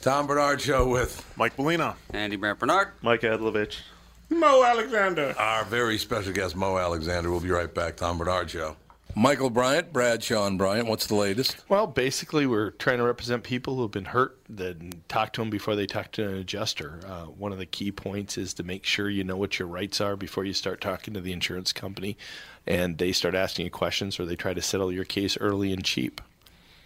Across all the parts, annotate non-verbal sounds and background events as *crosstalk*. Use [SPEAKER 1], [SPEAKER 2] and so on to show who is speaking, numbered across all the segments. [SPEAKER 1] Tom Bernard Show with
[SPEAKER 2] Mike Molina.
[SPEAKER 3] Andy Brant Bernard.
[SPEAKER 4] Mike Adlovich.
[SPEAKER 5] Mo Alexander.
[SPEAKER 1] our very special guest, Mo Alexander. We'll be right back. Tom Bernard Show.
[SPEAKER 6] Michael Bryant, Brad Sean Bryant, what's the latest?
[SPEAKER 4] Well, basically, we're trying to represent people who have been hurt, then talk to them before they talk to an adjuster. Uh, one of the key points is to make sure you know what your rights are before you start talking to the insurance company and they start asking you questions or they try to settle your case early and cheap.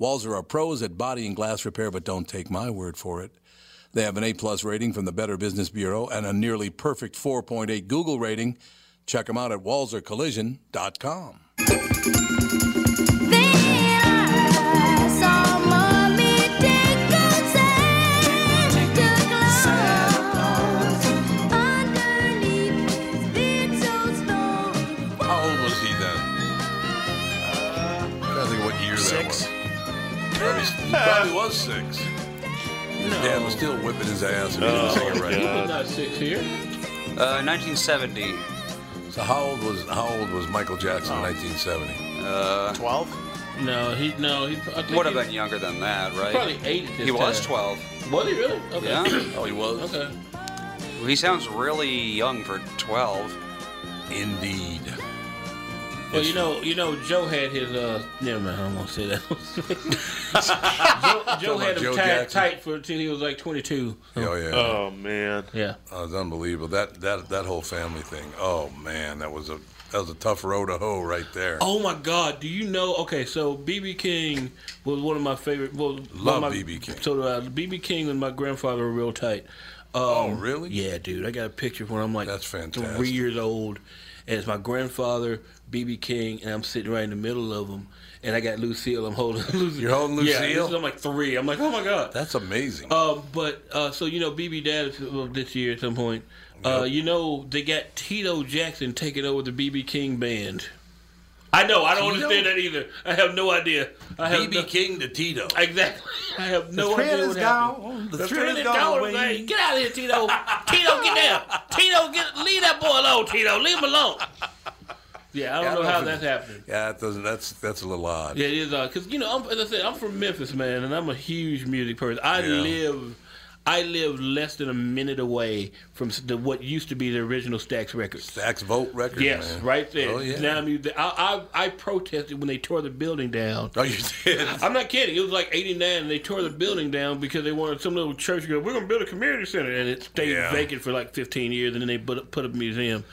[SPEAKER 6] Walzer are pros at body and glass repair, but don't take my word for it. They have an A plus rating from the Better Business Bureau and a nearly perfect 4.8 Google rating. Check them out at walzercollision.com.
[SPEAKER 7] Then I saw mommy take a Santa Claus underneath his big old stone.
[SPEAKER 1] How old was he then? trying to think what year
[SPEAKER 4] Six.
[SPEAKER 1] that was. Probably, he probably was six. His dad was still whipping his ass and eating
[SPEAKER 5] Oh,
[SPEAKER 1] a cigarette.
[SPEAKER 5] Not six here.
[SPEAKER 3] Uh, 1970.
[SPEAKER 1] So how old was how old was Michael
[SPEAKER 5] Oh.
[SPEAKER 1] Jackson in 1970?
[SPEAKER 2] Twelve.
[SPEAKER 5] No, he no he. I think
[SPEAKER 3] Would
[SPEAKER 5] he
[SPEAKER 3] have been younger than that, right?
[SPEAKER 5] was Probably eight at this
[SPEAKER 3] He was
[SPEAKER 5] time.
[SPEAKER 3] 12.
[SPEAKER 5] Was he really? Okay. *clears throat*
[SPEAKER 3] Yeah.
[SPEAKER 1] Oh, he was.
[SPEAKER 5] Okay.
[SPEAKER 3] He sounds really young for 12.
[SPEAKER 1] Indeed.
[SPEAKER 5] Well, you know, you know, Joe had his. uh Never mind, I don't want to say that.
[SPEAKER 1] *laughs*
[SPEAKER 5] *laughs* Joe, Joe had
[SPEAKER 1] about Joe
[SPEAKER 5] him tied
[SPEAKER 1] Jackson?
[SPEAKER 5] tight for until he was like 22.
[SPEAKER 1] Oh yeah.
[SPEAKER 4] Oh, man.
[SPEAKER 5] Yeah.
[SPEAKER 1] Oh, it's unbelievable. That that that whole family thing. Oh man, that was a that was a tough road to hoe right there.
[SPEAKER 5] Oh my God! Do you know? Okay, so BB King was one of my favorite. Well,
[SPEAKER 1] Love
[SPEAKER 5] one of my-
[SPEAKER 1] B.B. King.
[SPEAKER 5] So uh, BB King and my grandfather were real tight. Um,
[SPEAKER 1] Oh, really?
[SPEAKER 5] Yeah, dude. I got a picture when I'm like
[SPEAKER 1] That's fantastic.
[SPEAKER 5] three years old, and it's my grandfather, BB King, and I'm sitting right in the middle of them, and I got Lucille. I'm holding *laughs* Lucille.
[SPEAKER 1] You're holding
[SPEAKER 5] Yeah,
[SPEAKER 1] Lucille?
[SPEAKER 5] this is- I'm like three. I'm like, oh my God.
[SPEAKER 1] That's amazing.
[SPEAKER 5] Uh, but uh, so you know, BB Dad is, well, this year at some point. Uh, You know, they got Tito Jackson taking over the BB King band. I know. I don't
[SPEAKER 1] Tito?
[SPEAKER 5] understand that either. I have no idea. I have no,
[SPEAKER 1] BB King to Tito.
[SPEAKER 5] Exactly. *laughs* I have no idea what happened.
[SPEAKER 1] The,
[SPEAKER 5] Thrill is gone away. Get out of here, Tito. Tito, get down. Tito, get leave that boy alone. Tito, leave
[SPEAKER 1] *laughs*
[SPEAKER 5] him alone. Yeah, I
[SPEAKER 1] Yeah,
[SPEAKER 5] don't
[SPEAKER 1] I
[SPEAKER 5] know
[SPEAKER 1] don't
[SPEAKER 5] how
[SPEAKER 1] think-
[SPEAKER 5] that's happening.
[SPEAKER 1] Yeah, that doesn't. That's that's a little odd.
[SPEAKER 5] Yeah, it is odd because you know, I'm, as I said, I'm from Memphis, man, and I'm a huge music person. I
[SPEAKER 1] Yeah.
[SPEAKER 5] live, I live less than a minute away from s- the, what used to be the original Stax Records.
[SPEAKER 1] Stax Vote Records.
[SPEAKER 5] Yes,
[SPEAKER 1] man.
[SPEAKER 5] right there.
[SPEAKER 1] Oh yeah.
[SPEAKER 5] Now I mean, the- I, I I protested when they tore the building down.
[SPEAKER 1] oh, you did.
[SPEAKER 5] I'm not kidding. It was like '89, and they tore the building down because they wanted some little church to go. We're gonna build a community center, and it stayed
[SPEAKER 1] Yeah.
[SPEAKER 5] vacant for like 15 years, and then they put put a museum.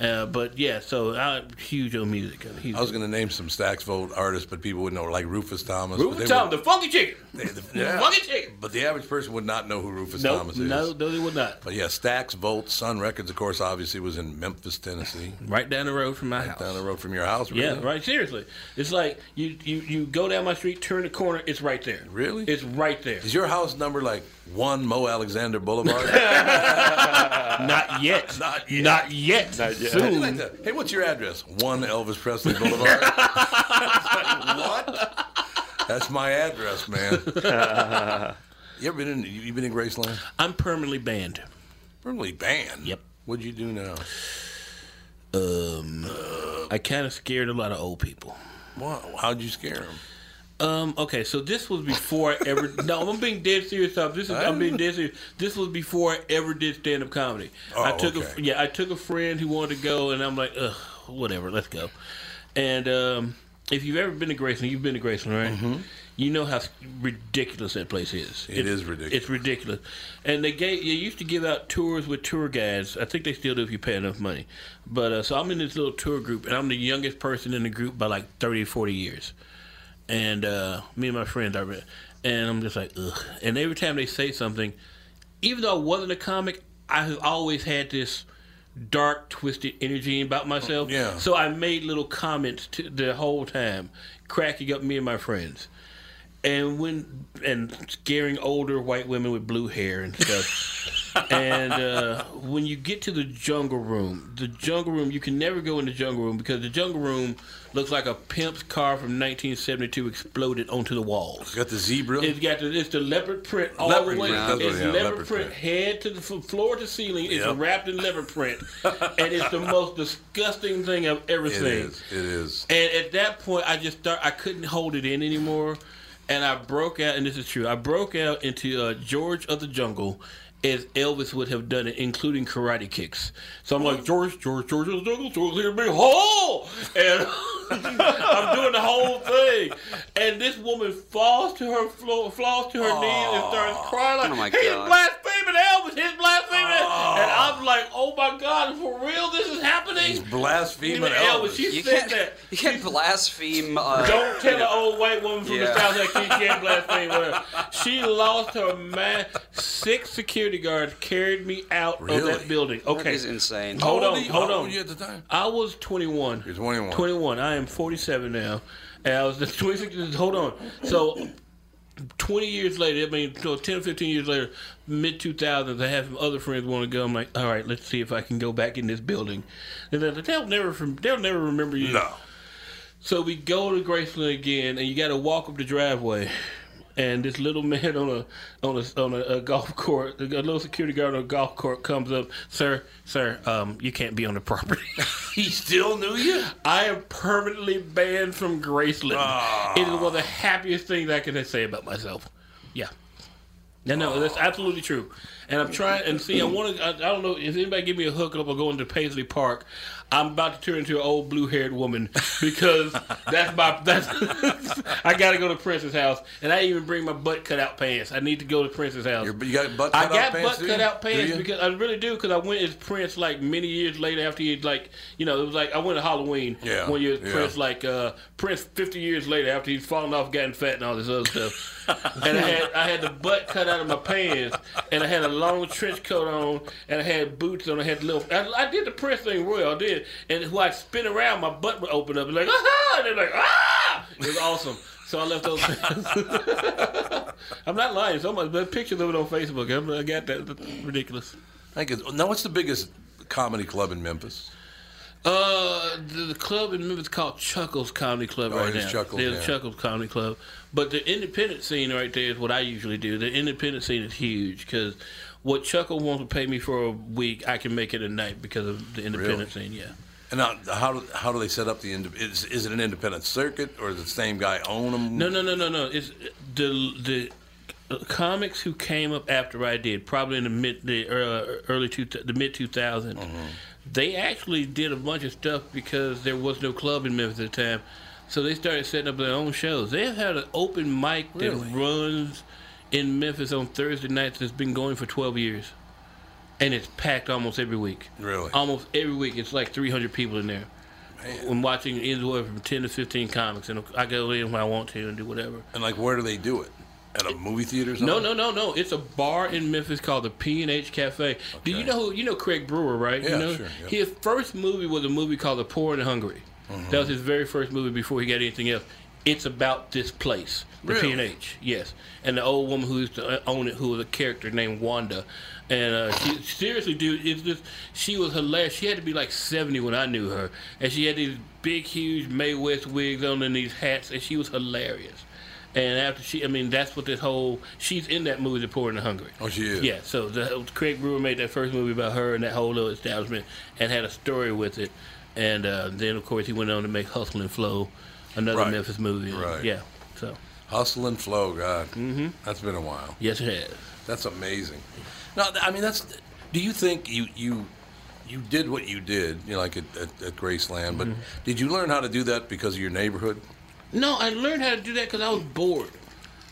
[SPEAKER 5] Uh, but yeah, so I'm huge on music. I'm huge.
[SPEAKER 1] I was going to name some Stax Vote artists, but people wouldn't know, like Rufus Thomas. but
[SPEAKER 5] Rufus
[SPEAKER 1] they
[SPEAKER 5] Thomas,
[SPEAKER 1] would-
[SPEAKER 5] the funky chicken.
[SPEAKER 1] they- the- yeah.
[SPEAKER 5] Fucking chicken.
[SPEAKER 1] But the average person would not know who Rufus
[SPEAKER 5] No,
[SPEAKER 1] Thomas is.
[SPEAKER 5] no, no, they would not.
[SPEAKER 1] But yeah, Stax Volt Sun Records, of course, obviously was in Memphis, Tennessee,
[SPEAKER 5] Right down the road from my house.
[SPEAKER 1] down the road from your house.
[SPEAKER 5] Yeah,
[SPEAKER 1] really?
[SPEAKER 5] right. Seriously, it's like you, you you go down my street, turn the corner, it's right there.
[SPEAKER 1] Really?
[SPEAKER 5] It's right there.
[SPEAKER 1] Is your house number like one Mo Alexander Boulevard? *laughs*
[SPEAKER 5] Not yet.
[SPEAKER 1] Not yet.
[SPEAKER 5] Not
[SPEAKER 4] Not
[SPEAKER 5] yet.
[SPEAKER 4] yet.
[SPEAKER 1] I'd like
[SPEAKER 5] Soon.
[SPEAKER 1] to- Hey, what's your address? One Elvis Presley Boulevard. what? That's my address, man. you ever been in? You you been in Graceland?
[SPEAKER 5] I'm permanently banned.
[SPEAKER 1] Really banned.
[SPEAKER 5] Yep.
[SPEAKER 1] What'd you do now?
[SPEAKER 5] Um, I kind of scared a lot of old people.
[SPEAKER 1] Wow. How'd you scare him?
[SPEAKER 5] Um. Okay. So this was before I
[SPEAKER 1] *laughs*
[SPEAKER 5] ever. no, I'm being dead serious. Tom. This is. I'm being dead serious. This was before I ever did stand up comedy.
[SPEAKER 1] Oh,
[SPEAKER 5] I took
[SPEAKER 1] okay.
[SPEAKER 5] a yeah. I took a friend who wanted to go, and I'm like, ugh, whatever. Let's go. And um, if you've ever been to Graceland, you've been to Graceland, right? You know how ridiculous that place is.
[SPEAKER 1] Mm-hmm. It is ridiculous.
[SPEAKER 5] It's ridiculous. And they gave. They used to give out tours with tour guides. I think they still do if you pay enough money. But uh, so I'm in this little tour group, and I'm the youngest person in the group by like 30, 40 years and uh, me and my friends I read, and I'm just like, ugh. And every time they say something, even though I wasn't a comic, I have always had this dark, twisted energy about myself.
[SPEAKER 1] Yeah.
[SPEAKER 5] So I made little comments to the whole time, cracking up me and my friends. And when and scaring older white women with blue hair and stuff.
[SPEAKER 1] *laughs*
[SPEAKER 5] and uh, when you get to the jungle room, the jungle room you can never go in the jungle room because the jungle room looks like a pimp's car from 1972 exploded onto the walls.
[SPEAKER 1] Got the zebra.
[SPEAKER 5] It's got the, it's the leopard print all
[SPEAKER 1] Leopard
[SPEAKER 5] the way.
[SPEAKER 1] print, that's what-
[SPEAKER 5] It's
[SPEAKER 1] yeah,
[SPEAKER 5] leopard,
[SPEAKER 1] leopard
[SPEAKER 5] print,
[SPEAKER 1] print.
[SPEAKER 5] head to the f- floor to ceiling. It's
[SPEAKER 1] Yep.
[SPEAKER 5] wrapped in
[SPEAKER 1] *laughs*
[SPEAKER 5] leopard print, and it's the most disgusting thing I've ever
[SPEAKER 1] it
[SPEAKER 5] seen.
[SPEAKER 1] is. It is.
[SPEAKER 5] And at that point, I just start. I couldn't hold it in anymore, and I broke out. And this is true. I broke out into uh, George of the Jungle, as Elvis would have done it, including karate kicks. So I'm like George, George, George of the Jungle, George, here be whole, and *laughs* I'm doing the whole thing. And this woman falls to her floor, falls to her knees, and starts crying like,
[SPEAKER 3] Oh, my
[SPEAKER 5] "He's
[SPEAKER 3] God.
[SPEAKER 5] blaspheming Elvis! He's blaspheming!" Elvis!" And I'm like, "Oh my God, for real? This is happening!"
[SPEAKER 1] Blaspheming
[SPEAKER 5] Even
[SPEAKER 1] Elvis.
[SPEAKER 5] Elvis, you-
[SPEAKER 3] You
[SPEAKER 5] said
[SPEAKER 3] can't,
[SPEAKER 5] that.
[SPEAKER 3] you can't blaspheme. Uh,
[SPEAKER 5] Don't tell an old white woman from the
[SPEAKER 3] Yeah.
[SPEAKER 5] South that she can't
[SPEAKER 3] *laughs*
[SPEAKER 5] blaspheme her. She lost her man. Six security guards carried me out of
[SPEAKER 1] Really?
[SPEAKER 5] that building. Okay.
[SPEAKER 3] That is insane.
[SPEAKER 5] Hold
[SPEAKER 1] How old
[SPEAKER 5] on,
[SPEAKER 1] are you-
[SPEAKER 5] hold
[SPEAKER 1] how old
[SPEAKER 5] on.
[SPEAKER 1] were you at the time?
[SPEAKER 5] I was 21.
[SPEAKER 1] You're 21.
[SPEAKER 5] 21. I am 47 now. And I was *laughs* just 26. just Hold on. So 20 years later, I mean, so 10 or 15 years later, mid 2000s, I have some other friends want to go. I'm like, all right, let's see if I can go back in this building. And they're like, they'll never, from, they'll never remember you.
[SPEAKER 1] No.
[SPEAKER 5] So we go to Graceland again, and you got to walk up the driveway. And this little man on a on a on a, a golf court, a little security guard on a golf court comes up, sir, sir, um, you can't be on the property.
[SPEAKER 1] *laughs* He still knew you.
[SPEAKER 5] I am permanently banned from Graceland.
[SPEAKER 1] Ah.
[SPEAKER 5] It is one of the happiest things I can say about myself. Yeah. No, no, that's absolutely true. And I'm trying, and see, I want to, I, I don't know if anybody give me a hookup or go into Paisley Park, I'm about to turn into an old blue haired woman
[SPEAKER 1] *laughs*
[SPEAKER 5] because that's my, that's, *laughs* I got to go to Prince's house. And I even bring my butt cut out pants. I need to go to Prince's house.
[SPEAKER 1] Your- You got butt
[SPEAKER 5] I
[SPEAKER 1] cut out
[SPEAKER 5] got
[SPEAKER 1] pants.
[SPEAKER 5] butt
[SPEAKER 1] do
[SPEAKER 5] cut
[SPEAKER 1] you?
[SPEAKER 5] out
[SPEAKER 1] Do
[SPEAKER 5] pants
[SPEAKER 1] you?
[SPEAKER 5] because I really do because I went as Prince like many years later after he like you know it was like I went to Halloween
[SPEAKER 1] Yeah,
[SPEAKER 5] one year as
[SPEAKER 1] yeah.
[SPEAKER 5] Prince like uh, Prince fifty years later after he's fallen off gotten fat and all this other
[SPEAKER 1] *laughs*
[SPEAKER 5] stuff and I had I had the butt cut out of my pants and I had a long trench coat on and I had boots on I had little I, I did the Prince thing royal I did and when I spin around my butt would open up and like ah and they're like ah it was awesome. So I
[SPEAKER 1] *laughs*
[SPEAKER 5] left those. *laughs* I'm not lying. Somebody, there's pictures of it on Facebook. I'm, I got that. That's ridiculous.
[SPEAKER 1] I think it's- now, what's the biggest comedy club in Memphis?
[SPEAKER 5] Uh, the, the club in Memphis called Chuckles Comedy Club
[SPEAKER 1] Oh,
[SPEAKER 5] right
[SPEAKER 1] it is
[SPEAKER 5] now.
[SPEAKER 1] Chuckles,
[SPEAKER 5] There's
[SPEAKER 1] yeah.
[SPEAKER 5] Chuckles Comedy Club, but the independent scene right there is what I usually do. The independent scene is huge because what Chuckle wants to pay me for a week, I can make it a night because of the independent scene. Yeah.
[SPEAKER 1] And now, how do, how do they set up the ind- is, is it an independent circuit or does the same guy own them?
[SPEAKER 5] No, no, no, no, no. It's the the comics who came up after I did, probably in the mid the uh, early two the mid two
[SPEAKER 1] Mm-hmm.
[SPEAKER 5] They actually did a bunch of stuff because there was no club in Memphis at the time, so they started setting up their own shows. They've had an open mic that runs in Memphis on Thursday nights that's been going for twelve years, and it's packed almost every week.
[SPEAKER 1] Really?
[SPEAKER 5] almost every week. It's like three hundred people in there. I'm watching anywhere from ten to fifteen comics, and I go in when I want to and do whatever.
[SPEAKER 1] And like, where do they do it? At a movie theater? Or something?
[SPEAKER 5] No, no, no, no. It's a bar in Memphis called the P and H Cafe. Do you know who? You know Craig Brewer, right?
[SPEAKER 1] Yeah,
[SPEAKER 5] you know,
[SPEAKER 1] sure, yeah.
[SPEAKER 5] His
[SPEAKER 1] Uh-huh.
[SPEAKER 5] first movie was a movie called The Poor and the Hungry. That was his very first movie before he got anything else. It's about this place, the
[SPEAKER 1] Really?
[SPEAKER 5] PNH. Yes, and the old woman who used to uh, own it, who was a character named Wanda, and uh, she seriously, dude, it's just she was hilarious. She had to be like seventy when I knew her, and she had these big, huge May West wigs on and these hats, and she was hilarious. And after she, I mean, that's what this whole she's in that movie, The Poor and the Hungry.
[SPEAKER 1] Oh, she is?
[SPEAKER 5] Yeah. So the Craig Brewer made that first movie about her and that whole little establishment, and had a story with it. And uh, then, of course, he went on to make Hustle and Flow, another
[SPEAKER 1] Right.
[SPEAKER 5] Memphis movie.
[SPEAKER 1] Right.
[SPEAKER 5] Yeah. So
[SPEAKER 1] Hustle and flow, God. Mm-hmm. That's been a while.
[SPEAKER 5] yes, it has.
[SPEAKER 1] That's amazing. No, th- I mean that's. Do you think you you you did what you did, you know, like at, at, at Graceland? But
[SPEAKER 5] Mm-hmm.
[SPEAKER 1] did you learn how to do that because of your neighborhood?
[SPEAKER 5] No, I learned how to do that because I was bored.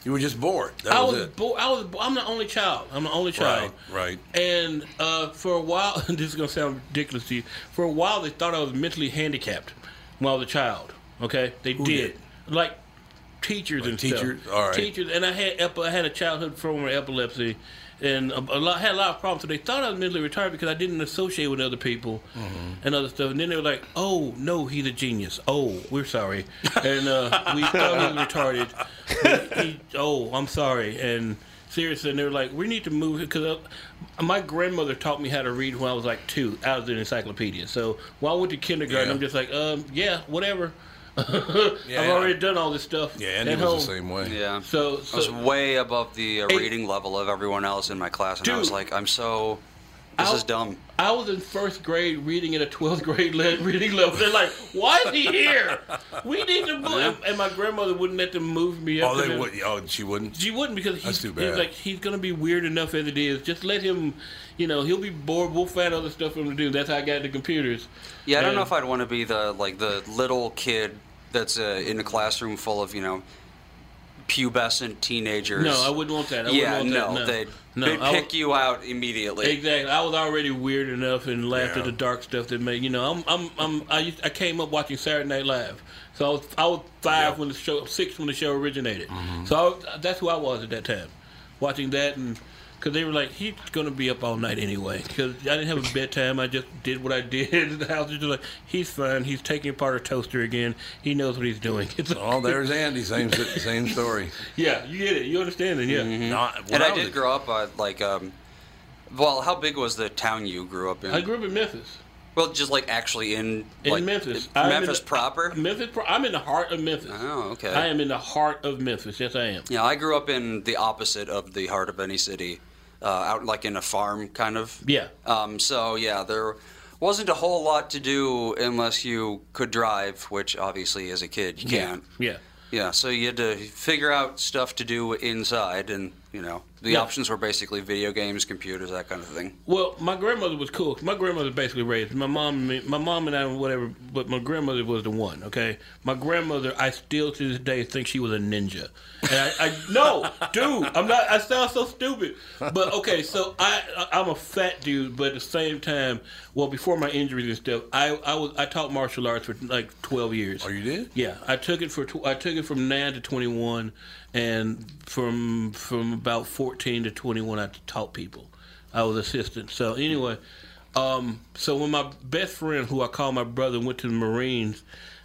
[SPEAKER 1] You were just bored. That
[SPEAKER 5] I
[SPEAKER 1] was,
[SPEAKER 5] was
[SPEAKER 1] it.
[SPEAKER 5] bored. I was. Bo- I'm the only child. I'm the only child.
[SPEAKER 1] Right, right.
[SPEAKER 5] And uh, for a while, *laughs* this is gonna sound ridiculous to you. For a while, they thought I was mentally handicapped when I was a child. Okay, they did.
[SPEAKER 1] did?
[SPEAKER 5] Like teachers and
[SPEAKER 1] teachers?
[SPEAKER 5] stuff.
[SPEAKER 1] All right.
[SPEAKER 5] Teachers. And I had epi- I had a childhood form of epilepsy, and a, a lot had a lot of problems. So they thought I was mentally retarded because I didn't associate with other people
[SPEAKER 1] Mm-hmm.
[SPEAKER 5] and other stuff. And then they were like, "Oh no, he's a genius. Oh, we're sorry." And uh, we thought he was retarded. But he, oh, I'm sorry. And seriously, and they were like, "We need to move because my grandmother taught me how to read when I was like two out of the encyclopedia. So while I went to kindergarten,
[SPEAKER 1] Yeah.
[SPEAKER 5] I'm just like, um, yeah, whatever." *laughs* I've
[SPEAKER 1] Yeah.
[SPEAKER 5] already done all this stuff.
[SPEAKER 1] Yeah, Andy
[SPEAKER 5] at
[SPEAKER 1] was
[SPEAKER 5] home.
[SPEAKER 1] the same way.
[SPEAKER 3] Yeah.
[SPEAKER 5] So-
[SPEAKER 3] I was
[SPEAKER 5] so-
[SPEAKER 3] way above the uh,
[SPEAKER 5] Hey.
[SPEAKER 3] reading level of everyone else in my class, and I was
[SPEAKER 5] Dude.
[SPEAKER 3] like, I'm so. This
[SPEAKER 5] I'll-
[SPEAKER 3] is dumb.
[SPEAKER 5] I was in first grade reading at a 12th grade le- reading level. They're like, why is he here? We need to move. And, and my grandmother wouldn't let them move me up.
[SPEAKER 1] Uh-huh. Oh,
[SPEAKER 5] to
[SPEAKER 1] they
[SPEAKER 5] the-
[SPEAKER 1] would. Oh, she wouldn't.
[SPEAKER 5] She wouldn't because he's,
[SPEAKER 1] That's too
[SPEAKER 5] he's
[SPEAKER 1] bad.
[SPEAKER 5] like he's gonna be weird enough as it is. Just let him, you know, he'll be bored. We'll find other stuff for him to do. That's how I got into computers.
[SPEAKER 3] Yeah, I don't
[SPEAKER 5] And-
[SPEAKER 3] know if I'd want to be the like the little kid that's uh, in a classroom full of you know pubescent teenagers.
[SPEAKER 5] No, I wouldn't want that. I
[SPEAKER 3] yeah,
[SPEAKER 5] wouldn't
[SPEAKER 3] no,
[SPEAKER 5] want that.
[SPEAKER 3] they'd,
[SPEAKER 5] no,
[SPEAKER 3] they'd
[SPEAKER 5] I
[SPEAKER 3] pick
[SPEAKER 5] was-
[SPEAKER 3] you out immediately.
[SPEAKER 5] Exactly. I was already weird enough and laughed
[SPEAKER 1] Yeah.
[SPEAKER 5] at the dark stuff that made you know. I'm I'm, I'm I, used, I came up watching Saturday Night Live, so I was I was five when the show, six when the show originated.
[SPEAKER 3] Mm-hmm.
[SPEAKER 5] So I was, that's who I was at that time, watching that and. Cause they were like, he's gonna be up all night anyway. Cause I didn't have a bedtime. I just did what I *laughs* did. I was just like, he's fine. He's taking apart a toaster again. He knows what he's doing. *laughs* It's like,
[SPEAKER 1] Oh, there's Andy. Same s- same story.
[SPEAKER 5] yeah, you get it. You understand it. Yeah.
[SPEAKER 1] No, I- when
[SPEAKER 3] Mm-hmm. and I
[SPEAKER 1] was
[SPEAKER 3] did
[SPEAKER 1] a-
[SPEAKER 3] grow up uh, like um, well, how big was the town you grew up in?
[SPEAKER 5] I grew up in Memphis.
[SPEAKER 3] well, just like actually in
[SPEAKER 5] In
[SPEAKER 3] like,
[SPEAKER 5] Memphis. I'm in
[SPEAKER 3] Memphis
[SPEAKER 5] the-
[SPEAKER 3] proper.
[SPEAKER 5] Memphis. Pro- I'm in the heart of Memphis.
[SPEAKER 3] Oh, okay.
[SPEAKER 5] I am in the heart of Memphis. Yes, I am.
[SPEAKER 3] Yeah, I grew up in the opposite of the heart of any city, uh, out like in a farm kind of.
[SPEAKER 5] Yeah.
[SPEAKER 3] Um, so yeah, there wasn't a whole lot to do unless you could drive, which obviously as a kid you can't.
[SPEAKER 5] Yeah.
[SPEAKER 3] Yeah, so you had to figure out stuff to do inside, and you know the
[SPEAKER 5] Yeah.
[SPEAKER 3] options were basically video games, computers, that kind of thing.
[SPEAKER 5] Well, my grandmother was cool. My grandmother basically raised my mom. and me- My mom and I, whatever. But my grandmother was the one. Okay, my grandmother. I still to this day think she was a ninja. And I, I no, dude, I'm not. I sound so stupid. But okay, so I, I I'm a fat dude, but at the same time, well, before my injuries and stuff, I I was I taught martial arts for like 12 years.
[SPEAKER 1] Oh, you did?
[SPEAKER 5] Yeah, I took it for tw- I took it from nine to twenty one, and from from about fourteen to twenty one, I taught people. I was assistant. So anyway, um, so when my best friend, who I call my brother, went to the Marines,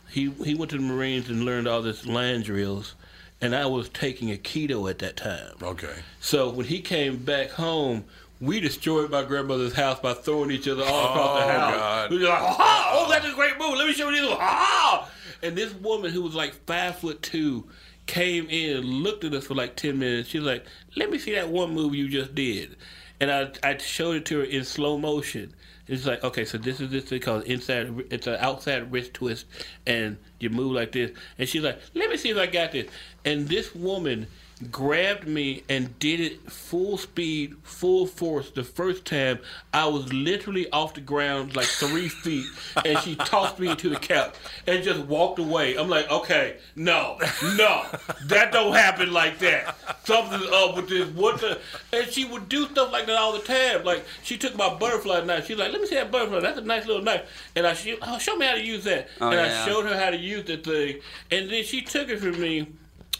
[SPEAKER 5] he he went to the Marines and learned all this land drills, and I was taking a keto at that time.
[SPEAKER 1] Okay.
[SPEAKER 5] So when he came back home, we destroyed my grandmother's house by throwing each other all across the house.
[SPEAKER 1] God.
[SPEAKER 5] We were like, "Ha! oh, that's a great move. Let me show you this one. Ha! And this woman who was like five foot two came in, looked at us for like ten minutes. She's like, "Let me see that one move you just did," and I I showed it to her in slow motion. It's like, okay, so this is this thing called inside. It's an outside wrist twist, and you move like this. And she's like, "Let me see if I got this." And this woman grabbed me and did it full speed, full force. The first time, I was literally off the ground like three feet, and she tossed me to the couch and just walked away. I'm like, okay, no, no, that don't happen like that. Something's up with this. What the? And she would do stuff like that all the time. Like she took my butterfly knife. She's like, let me see that butterfly. That's a nice little knife. And I she, oh, show me how to use that.
[SPEAKER 3] Oh,
[SPEAKER 5] and I
[SPEAKER 3] yeah.
[SPEAKER 5] showed her how to use the thing, and then she took it from me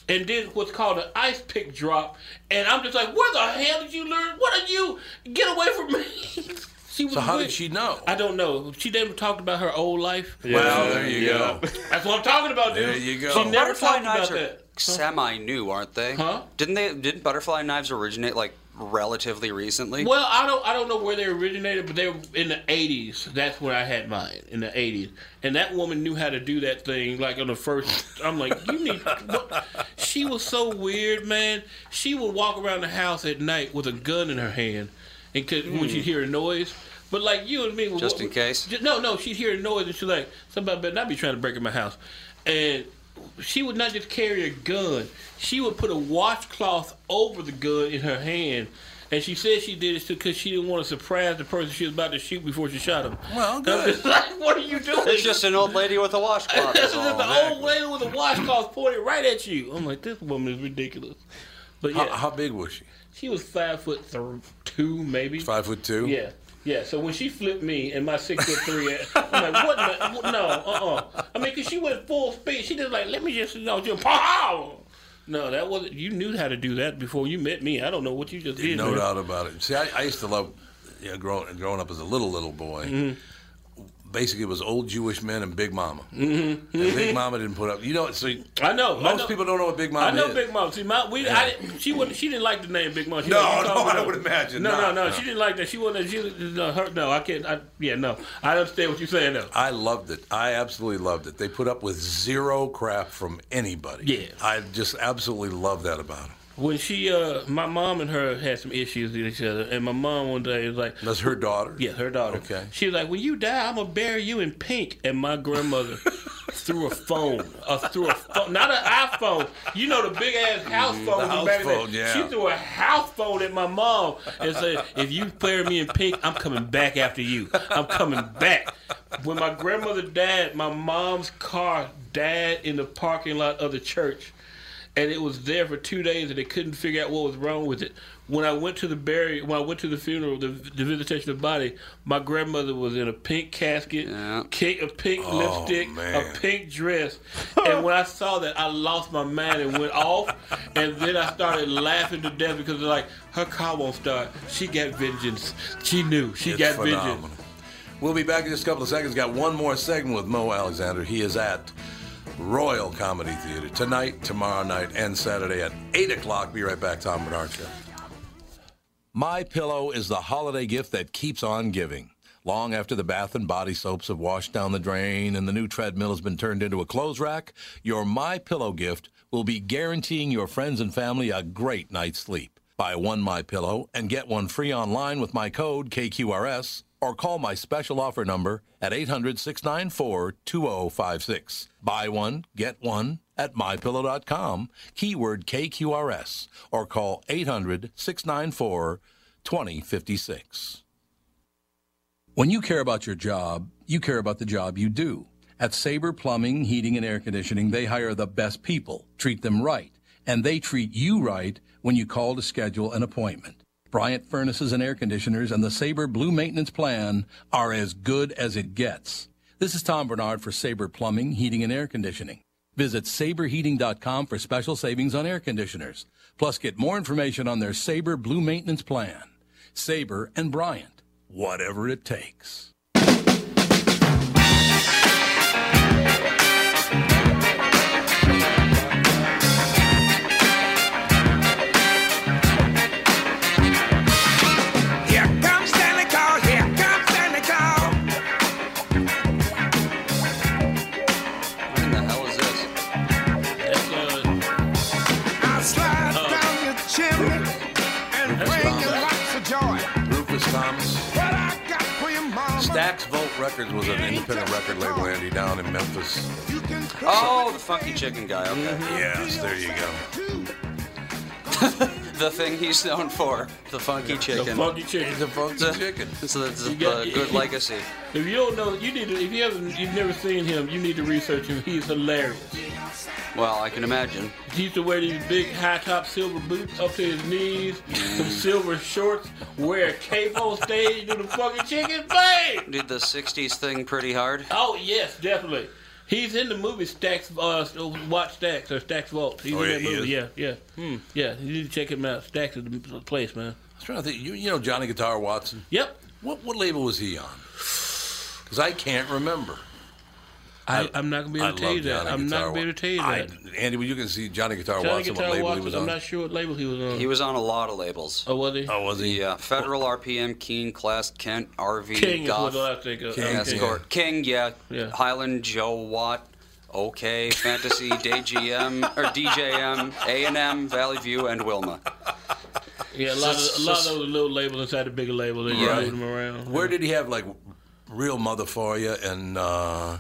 [SPEAKER 5] and did what's called an ice pick drop. And I'm just like, where the hell did you learn? What are you? Get away from me. *laughs* she was.
[SPEAKER 1] So how did
[SPEAKER 5] with-
[SPEAKER 1] she know?
[SPEAKER 5] I don't know. She never talked about her old life.
[SPEAKER 1] Well, there you go.
[SPEAKER 5] That's what I'm talking about, dude.
[SPEAKER 1] There you go.
[SPEAKER 5] She never
[SPEAKER 3] butterfly
[SPEAKER 5] talked about
[SPEAKER 3] knives are
[SPEAKER 5] that.
[SPEAKER 3] semi new, aren't they?
[SPEAKER 5] Huh?
[SPEAKER 3] Didn't they? Didn't butterfly knives originate like relatively recently?
[SPEAKER 5] Well, I don't I don't know where they originated, but they were in the eighties. That's where I had mine in the eighties, and that woman knew how to do that thing. Like on the first, I'm like, you need. What? She was so weird, man. She would walk around the house at night with a gun in her hand, and could,
[SPEAKER 1] Hmm.
[SPEAKER 5] when she'd hear a noise. But like you and me, would-
[SPEAKER 3] Just in case?
[SPEAKER 5] Ju- No, no, she'd hear a noise and she's like, somebody better not be trying to break in my house, and. She would not just carry a gun. She would put a washcloth over the gun in her hand and she said she did it because she didn't want to surprise the person she was about to shoot before she shot him.
[SPEAKER 1] Well,
[SPEAKER 5] I'm
[SPEAKER 1] good.
[SPEAKER 5] just like, what are you doing?
[SPEAKER 3] It's
[SPEAKER 5] *laughs*
[SPEAKER 3] just an old lady with a washcloth.
[SPEAKER 5] this
[SPEAKER 3] is
[SPEAKER 5] is
[SPEAKER 3] all.
[SPEAKER 5] *laughs* just an old lady with a washcloth pointed right at you. I'm like, this woman is ridiculous. But yeah,
[SPEAKER 1] How,
[SPEAKER 3] Uh-uh.
[SPEAKER 1] how big was she?
[SPEAKER 5] she was five foot th- two, maybe.
[SPEAKER 1] Five foot two.
[SPEAKER 5] Yeah, yeah. So when she flipped me and my six foot three, I'm like, what? In the, no, uh, uh I mean, cause she went full speed. She just like, let me just, you know, just pow. No, that wasn't. You knew how to do that before you met me. I don't know what you just did.
[SPEAKER 1] No
[SPEAKER 5] man.
[SPEAKER 1] doubt about it. See, I, I used to love yeah, growing growing up as a little little boy.
[SPEAKER 5] Mm-hmm.
[SPEAKER 1] Basically, it was old Jewish men and Big Mama. Mm-hmm. And Big Mama didn't put up. You know, so you-
[SPEAKER 5] I know. I
[SPEAKER 1] most
[SPEAKER 5] know.
[SPEAKER 1] people don't know what Big Mama
[SPEAKER 5] I know
[SPEAKER 1] is.
[SPEAKER 5] Big Mom. See, my, we, I didn't, she wouldn't. She didn't like the name Big Mom. She
[SPEAKER 1] No,
[SPEAKER 5] like,
[SPEAKER 1] no,
[SPEAKER 5] "Oh,
[SPEAKER 1] *laughs* I would imagine
[SPEAKER 5] No,
[SPEAKER 1] not,
[SPEAKER 5] no, no,
[SPEAKER 1] no.
[SPEAKER 5] She didn't like that. She wasn't. She no, her, no. I can't. I, yeah, no. I understand what you're saying though.
[SPEAKER 1] I loved it. I absolutely loved it. They put up with zero crap from anybody.
[SPEAKER 5] Yeah.
[SPEAKER 1] I just absolutely love that about them.
[SPEAKER 5] When she, uh, my mom and her had some issues with each other, and my mom one day was like,
[SPEAKER 1] That's her daughter.
[SPEAKER 5] Yeah, her daughter.
[SPEAKER 1] Okay.
[SPEAKER 5] She was like, "When you die, I'm gonna bury you in pink." And
[SPEAKER 1] *laughs*
[SPEAKER 5] my grandmother threw a phone, uh, threw a phone, not an iPhone. You know the big ass house phone.
[SPEAKER 1] Mm-hmm. house phone, yeah.
[SPEAKER 5] She threw a house phone at my mom and said, "If you bury me in pink, I'm coming back after you. I'm coming back." When my grandmother died, my mom's car died in the parking lot of the church and it was there for two days, and they couldn't figure out what was wrong with it. When I went to the burial, when I went to the funeral, the, the visitation of the body, my grandmother was in a pink casket,
[SPEAKER 3] Yeah.
[SPEAKER 5] ki- a pink lipstick,
[SPEAKER 1] man.
[SPEAKER 5] a pink
[SPEAKER 1] *laughs*
[SPEAKER 5] dress, and when I saw that, I lost my mind and went off, and then I started laughing to death because like her car won't start. She got vengeance. She knew. She
[SPEAKER 1] It's
[SPEAKER 5] got
[SPEAKER 1] phenomenal.
[SPEAKER 5] vengeance.
[SPEAKER 1] We'll be back in just a couple of seconds. Got one more segment with Mo Alexander. He is at Royal Comedy Theater tonight, tomorrow night, and Saturday at 8 o'clock. Be right back, Tom Bernard Show. My Pillow is the holiday gift that keeps on giving. Long after the bath and body soaps have washed down the drain and the new treadmill has been turned into a clothes rack, your My Pillow gift will be guaranteeing your friends and family a great night's sleep. Buy one My Pillow and get one free online with my code KQRS or call my special offer number at 800-694-2056. Buy one, get one at mypillow.com, keyword KQRS, or call 800-694-2056.
[SPEAKER 6] When you care about your job, you care about the job you do. At Sabre Plumbing, Heating, and Air Conditioning, they hire the best people, treat them right, and they treat you right when you call to schedule an appointment. Bryant Furnaces and Air Conditioners and the Sabre Blue Maintenance Plan are as good as it gets. This is Tom Bernard for Sabre Plumbing, Heating, and Air Conditioning. Visit saberheating.com for special savings on air conditioners. Plus, get more information on their Sabre Blue Maintenance Plan. Sabre and Bryant, whatever it takes.
[SPEAKER 2] Here comes Stanley Call, here comes Stanley Call.
[SPEAKER 3] What in the hell is this?
[SPEAKER 5] That's, uh,
[SPEAKER 2] I'll slide down your chimney and bring you lots of joy.
[SPEAKER 1] Rufus Thomas.
[SPEAKER 2] What I got for your mama,
[SPEAKER 1] Stax Volt Records was an independent record label, Andy, down in Memphis.
[SPEAKER 2] you can cook
[SPEAKER 3] Oh,
[SPEAKER 2] it
[SPEAKER 3] the funky
[SPEAKER 2] with
[SPEAKER 3] chicken guy.
[SPEAKER 5] Mm-hmm.
[SPEAKER 3] Okay,
[SPEAKER 1] Yes, there you go.
[SPEAKER 2] too.
[SPEAKER 3] the thing he's known for, the funky
[SPEAKER 5] the
[SPEAKER 3] chicken.
[SPEAKER 5] funky chicken.
[SPEAKER 1] He's a funky chicken.
[SPEAKER 3] So that's the
[SPEAKER 5] You got-
[SPEAKER 3] good legacy.
[SPEAKER 5] If you don't know, you need to. If you haven't, you've never seen him, you need to research him. He's hilarious.
[SPEAKER 3] Well, I can imagine.
[SPEAKER 5] He used to wear these big high top silver boots up to his knees,
[SPEAKER 1] Mm.
[SPEAKER 5] some silver shorts, wear a cape on stage, do the fucking chicken thing.
[SPEAKER 3] Did the '60s thing pretty hard.
[SPEAKER 5] Oh yes, definitely. He's in the movie Stacks. Uh, Watch Stacks or Stacks Vault. He's
[SPEAKER 1] Oh,
[SPEAKER 5] in
[SPEAKER 1] yeah,
[SPEAKER 5] that
[SPEAKER 1] he
[SPEAKER 5] movie.
[SPEAKER 1] is? Hmm.
[SPEAKER 5] Yeah, yeah, yeah. You need to check him out. Stacks is the place,
[SPEAKER 1] I
[SPEAKER 5] man.
[SPEAKER 1] was trying to think. You, you know Johnny Guitar Watson?
[SPEAKER 5] Yep.
[SPEAKER 1] What what label was he on? Because I can't remember.
[SPEAKER 5] I, I'm not gonna be able to tell you that. I'm not gonna be able to tell you
[SPEAKER 1] I-
[SPEAKER 5] that.
[SPEAKER 1] Andy, well, you can see Johnny Guitar
[SPEAKER 5] Johnny
[SPEAKER 1] Watson, what
[SPEAKER 5] Guitar
[SPEAKER 1] label he
[SPEAKER 5] Watson.
[SPEAKER 1] was
[SPEAKER 5] I'm
[SPEAKER 1] on.
[SPEAKER 5] not sure what label he was on.
[SPEAKER 3] He was on a lot of labels.
[SPEAKER 5] oh, was he?
[SPEAKER 1] Oh, was he?
[SPEAKER 3] Yeah, Federal RPM, Keen, Class, Kent, RV,
[SPEAKER 5] King
[SPEAKER 3] Goff,
[SPEAKER 5] is what I think of.
[SPEAKER 1] King.
[SPEAKER 5] Okay.
[SPEAKER 3] Escort, King, yeah,
[SPEAKER 5] Yeah.
[SPEAKER 3] Highland, Joe Watt, OK,
[SPEAKER 5] *laughs*
[SPEAKER 3] Fantasy, DGM or DJM, A and M, Valley View, and Wilma.
[SPEAKER 5] Yeah, a lot of a lot of those little labels inside the bigger label. They
[SPEAKER 1] Right.
[SPEAKER 5] just move them around.
[SPEAKER 1] Where did he have like real mother for you and uh,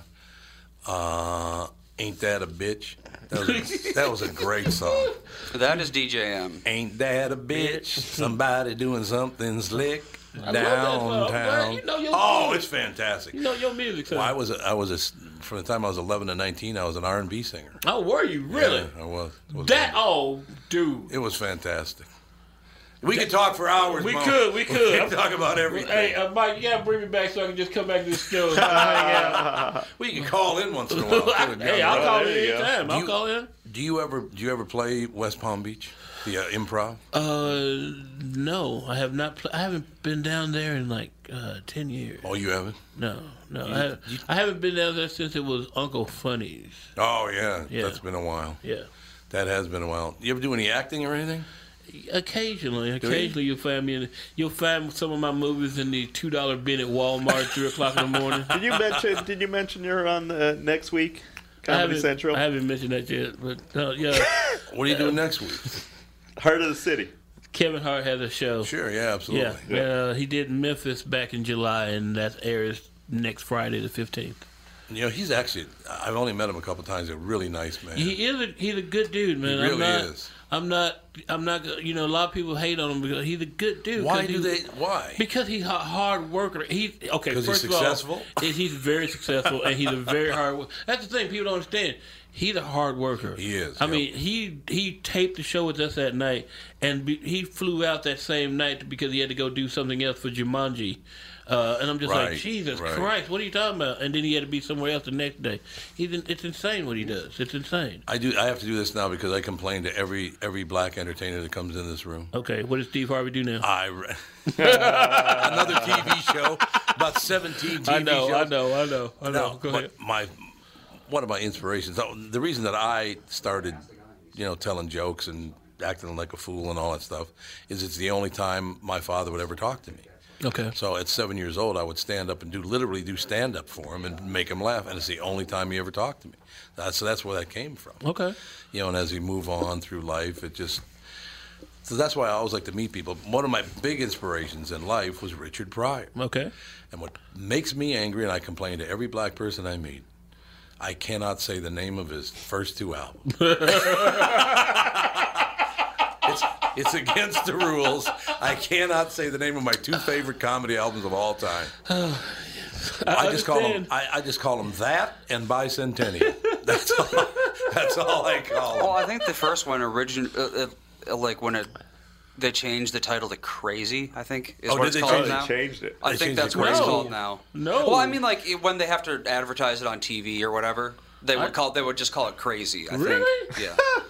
[SPEAKER 1] uh, ain't that a bitch? That was, that was a great song.
[SPEAKER 3] That is DJM.
[SPEAKER 1] Ain't that a bitch?
[SPEAKER 5] *laughs*
[SPEAKER 1] Somebody doing something slick
[SPEAKER 5] that song. I'm glad
[SPEAKER 1] downtown.
[SPEAKER 5] you know your
[SPEAKER 1] oh,
[SPEAKER 5] music.
[SPEAKER 1] it's fantastic.
[SPEAKER 5] you know your music? Son.
[SPEAKER 1] Well, I was a, I was a, s- from the time I was 11 to 19, I was an R&B singer.
[SPEAKER 5] oh, were you really?
[SPEAKER 1] Yeah, I was. It was
[SPEAKER 5] That oh, dude.
[SPEAKER 1] it was fantastic. We could talk for hours.
[SPEAKER 5] We
[SPEAKER 1] Mo. *laughs*
[SPEAKER 5] could, we could.
[SPEAKER 1] could talk about everything.
[SPEAKER 5] Hey, uh, Mike, you gotta bring me back so I can just come back to the show.
[SPEAKER 4] *laughs*
[SPEAKER 5] and hang out.
[SPEAKER 1] we could call in once in a
[SPEAKER 5] *laughs*
[SPEAKER 4] Oh,
[SPEAKER 1] while.
[SPEAKER 5] hey, I'll call in
[SPEAKER 4] there you go.
[SPEAKER 5] anytime. I'll
[SPEAKER 1] You-
[SPEAKER 5] call in.
[SPEAKER 1] Do you ever do you ever play West Palm Beach, the uh, improv?
[SPEAKER 5] Uh, no, I have not. Pl- I haven't been down there in like uh, ten years.
[SPEAKER 1] Oh, you haven't?
[SPEAKER 5] No, no, I, haven't, I haven't been down there since it was Uncle Funny's.
[SPEAKER 1] Oh yeah,
[SPEAKER 5] Yeah.
[SPEAKER 1] that's been a while.
[SPEAKER 5] Yeah,
[SPEAKER 1] That has been a while. You ever do any acting or anything?
[SPEAKER 5] occasionally, occasionally you'll find me. In, you'll find some of my movies in the two dollar bin at Walmart, three o'clock in
[SPEAKER 4] *laughs*
[SPEAKER 5] the morning.
[SPEAKER 8] Did you mention? *laughs* did you mention you're on the next week
[SPEAKER 5] I
[SPEAKER 8] Comedy
[SPEAKER 5] haven't,
[SPEAKER 8] Central?
[SPEAKER 5] I haven't mentioned that yet, but uh, yeah,
[SPEAKER 4] *laughs*
[SPEAKER 1] What do you
[SPEAKER 5] Uh,
[SPEAKER 1] do next week?
[SPEAKER 8] Heart of the City.
[SPEAKER 5] Kevin Hart has a show.
[SPEAKER 1] Sure, yeah,
[SPEAKER 5] Yeah,
[SPEAKER 1] absolutely.
[SPEAKER 5] Uh, he did Memphis back in July, and that airs next Friday, the fifteenth.
[SPEAKER 1] You know, he's actually I've only met him a couple times. He's a really nice man.
[SPEAKER 5] He is. A, he's a good dude, man.
[SPEAKER 1] really
[SPEAKER 5] I'm not,
[SPEAKER 1] is.
[SPEAKER 5] I'm not. I'm not. go- You know, a lot of people hate on him because he's a good dude.
[SPEAKER 1] why
[SPEAKER 5] 'cause
[SPEAKER 1] do
[SPEAKER 5] he-
[SPEAKER 1] they? Why?
[SPEAKER 5] Because he's a hard worker. He okay.
[SPEAKER 1] 'Cause he's
[SPEAKER 5] First of
[SPEAKER 1] successful?
[SPEAKER 5] all, he- he's very successful, and he's a very hard. wo- That's the thing people don't understand. He's a hard worker.
[SPEAKER 1] He is,
[SPEAKER 5] I
[SPEAKER 1] yep.
[SPEAKER 5] mean, he he taped the show with us that night, and be, he flew out that same night because he had to go do something else for Jumanji. Uh, and I'm just
[SPEAKER 1] Right,
[SPEAKER 5] like, Jesus
[SPEAKER 1] right.
[SPEAKER 5] Christ, what are you talking about? And then he had to be somewhere else the next day. He's in, it's insane what he does. It's insane.
[SPEAKER 1] I do. I have to do this now because I complain to every every black entertainer that comes in this room.
[SPEAKER 5] Okay, what does Steve Harvey do now?
[SPEAKER 1] I re- *laughs* another TV show about seventeen TV shows.
[SPEAKER 5] know, I know, I
[SPEAKER 1] No, but my one of my inspirations. oh, The reason that I started, you know, telling jokes and acting like a fool and all that stuff is it's the only time my father would ever talk to me.
[SPEAKER 5] Okay.
[SPEAKER 1] So at seven years old, I would stand up and do literally do stand up for him and make him laugh, and it's the only time he ever talked to me. That's, so that's where that came from.
[SPEAKER 5] Okay.
[SPEAKER 1] You know, and as you move on through life, it just so that's why I always like to meet people. One of my big inspirations in life was Richard Pryor.
[SPEAKER 5] Okay.
[SPEAKER 1] And what makes me angry, and I complain to every black person I meet, I cannot say the name of his first two
[SPEAKER 5] *laughs*
[SPEAKER 1] albums. it's, it's against the rules. I cannot say the name of my two favorite comedy albums of all
[SPEAKER 5] *sighs*
[SPEAKER 1] time. I, just call them.
[SPEAKER 5] understand.
[SPEAKER 1] I, I just call them that and Bicentennial. That's all. That's all I call
[SPEAKER 3] Well,
[SPEAKER 1] them.
[SPEAKER 3] Oh, I think the first one origin, uh, uh, like when it, they changed the title to Crazy. I think is
[SPEAKER 1] Oh,
[SPEAKER 3] what
[SPEAKER 1] did
[SPEAKER 3] it's
[SPEAKER 1] they
[SPEAKER 3] called
[SPEAKER 1] change it?
[SPEAKER 3] now.
[SPEAKER 8] Changed it.
[SPEAKER 3] I
[SPEAKER 1] They
[SPEAKER 3] think
[SPEAKER 1] changed it
[SPEAKER 3] that's
[SPEAKER 1] to
[SPEAKER 3] what it's
[SPEAKER 5] Crazy.
[SPEAKER 3] called now.
[SPEAKER 5] No.
[SPEAKER 3] Well, I mean, like it- when they have to advertise it on TV or whatever, they would call they would just call it Crazy. I
[SPEAKER 5] Really?
[SPEAKER 3] think.
[SPEAKER 5] *laughs*
[SPEAKER 3] Yeah.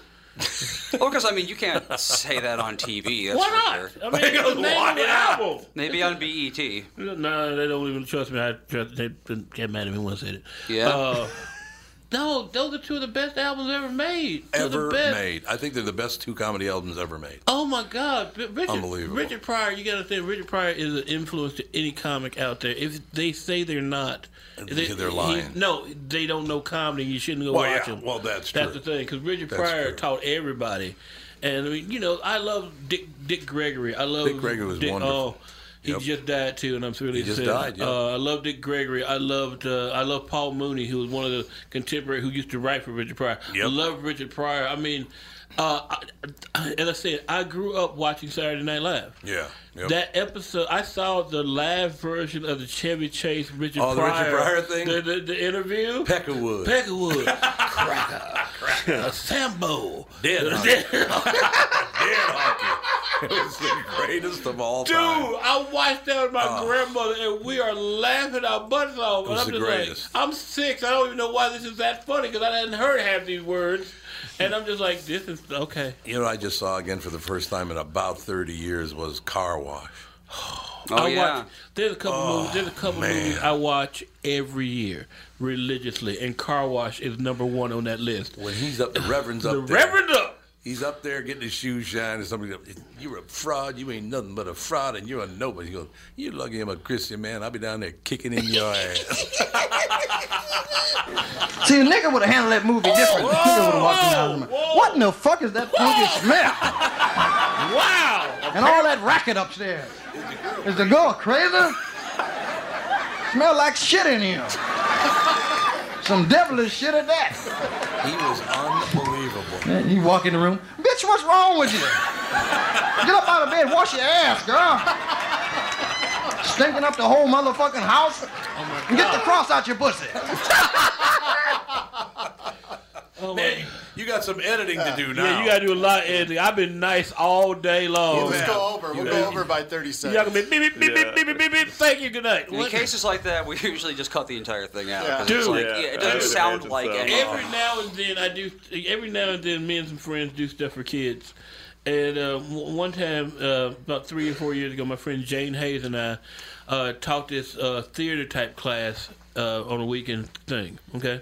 [SPEAKER 3] well, because I mean, you can't say that on TV. That's
[SPEAKER 5] Why
[SPEAKER 3] for sure.
[SPEAKER 5] not? I mean, it's the name
[SPEAKER 1] Why
[SPEAKER 5] of the
[SPEAKER 1] not?
[SPEAKER 5] album.
[SPEAKER 3] Maybe on E BET.
[SPEAKER 5] No, they don't even trust me. I trust, they didn't get mad at me when I said it.
[SPEAKER 3] Yeah.
[SPEAKER 5] Uh, *laughs* no, those are two of the best albums ever made. Two of the
[SPEAKER 1] Ever
[SPEAKER 5] best.
[SPEAKER 1] made. I think they're the best two comedy albums ever made.
[SPEAKER 5] Oh my God, B- Richard!
[SPEAKER 1] Unbelievable.
[SPEAKER 5] Richard Pryor, you gotta think Richard Pryor is an influence to any comic out there. If they say they're not, they,
[SPEAKER 1] They're
[SPEAKER 5] he-
[SPEAKER 1] lying.
[SPEAKER 5] no, they don't know comedy. You shouldn't go
[SPEAKER 1] Well,
[SPEAKER 5] watch
[SPEAKER 1] yeah.
[SPEAKER 5] them.
[SPEAKER 1] Well, that's
[SPEAKER 5] that's
[SPEAKER 1] true.
[SPEAKER 5] the thing because Richard
[SPEAKER 1] That's
[SPEAKER 5] Pryor
[SPEAKER 1] true.
[SPEAKER 5] taught everybody. And I mean, you know, I love Dick Dick Gregory. I love
[SPEAKER 1] Dick Gregory was wonderful.
[SPEAKER 5] Oh, he
[SPEAKER 1] Yep.
[SPEAKER 5] just died too, and I'm really
[SPEAKER 1] He just
[SPEAKER 5] sad.
[SPEAKER 1] died, yeah.
[SPEAKER 5] Uh, I love Dick Gregory. I loved uh, I love Paul Mooney, who was one of the contemporary who used to write for Richard Pryor.
[SPEAKER 1] Yep.
[SPEAKER 5] I love Richard Pryor. I mean, uh, I, I- as I said, I grew up watching Saturday Night Live.
[SPEAKER 1] Yeah. Yep.
[SPEAKER 5] That episode, I saw the live version of the Chevy Chase Richard
[SPEAKER 1] Oh, the
[SPEAKER 5] Pryor,
[SPEAKER 1] Richard Pryor thing?
[SPEAKER 5] the, the, the interview.
[SPEAKER 1] Peckerwood. *laughs*
[SPEAKER 5] Peckerwood, Cracker, Cracker, Sambo,
[SPEAKER 1] Dead
[SPEAKER 5] *laughs* Dead-
[SPEAKER 1] hockey. It was the greatest of all
[SPEAKER 5] Dude,
[SPEAKER 1] time.
[SPEAKER 5] I watched that with my grandmother, and we are laughing our butts off.
[SPEAKER 1] Ah. was
[SPEAKER 5] and I'm
[SPEAKER 1] the
[SPEAKER 5] just
[SPEAKER 1] greatest.
[SPEAKER 5] like, I'm six. I don't even know why this is that funny because I hadn't heard half these words, and I'm just like, this is okay.
[SPEAKER 1] You know, what I just saw again for the first time in about 30 years was Car Wash.
[SPEAKER 3] Oh
[SPEAKER 5] I
[SPEAKER 3] yeah.
[SPEAKER 5] watch. There's a couple movies.
[SPEAKER 1] Oh,
[SPEAKER 5] There's a couple movies I watch every year religiously, and Car Wash is number one on that list.
[SPEAKER 1] When he's up, the Reverend's up
[SPEAKER 5] The
[SPEAKER 1] there.
[SPEAKER 5] Reverend up.
[SPEAKER 1] He's up there getting his shoes shined, and somebody goes, You're a fraud. You ain't nothing but a fraud, and you're a nobody. He goes, You're lucky I'm a Christian man. I'll be down there kicking in your ass.
[SPEAKER 9] See, a nigga would have handled that movie different. The nigga would have walked in the house and went, What in the fuck is that funky smell?
[SPEAKER 5] Wow.
[SPEAKER 9] And all that racket upstairs. Is the girl crazy? Smell like shit in here. Some devilish shit at that.
[SPEAKER 1] he was unbelievable.
[SPEAKER 9] And you walk in the room, bitch, what's wrong with you? Get up out of bed, wash your ass, girl. Stinking up the whole motherfucking house. and get the cross out your pussy.
[SPEAKER 5] Oh,
[SPEAKER 1] Man,
[SPEAKER 5] my-
[SPEAKER 1] you, you got some editing to do now.
[SPEAKER 5] yeah, you gotta do a lot of editing. I've been nice all day long.
[SPEAKER 10] Let's
[SPEAKER 1] Yeah.
[SPEAKER 10] go over. We'll go over by 30 seconds.
[SPEAKER 5] Y'all gonna be beep beep beep beep beep beep beep beep. Thank you. Good night.
[SPEAKER 3] In
[SPEAKER 5] What-
[SPEAKER 3] cases like that, we usually just cut the entire thing out.
[SPEAKER 10] Yeah.
[SPEAKER 3] 'cause it's
[SPEAKER 5] Dude.
[SPEAKER 3] like,
[SPEAKER 8] Yeah,
[SPEAKER 3] yeah,
[SPEAKER 8] I
[SPEAKER 3] it
[SPEAKER 8] would
[SPEAKER 3] doesn't sound
[SPEAKER 8] imagine
[SPEAKER 3] like
[SPEAKER 8] so.
[SPEAKER 3] anything.
[SPEAKER 5] every now and then I do. Every now and then, me and some friends do stuff for kids. And uh, w- one time, uh, about three or four years ago, my friend Jane Hayes and I uh, taught this uh, theater type class uh, on a weekend thing. Okay,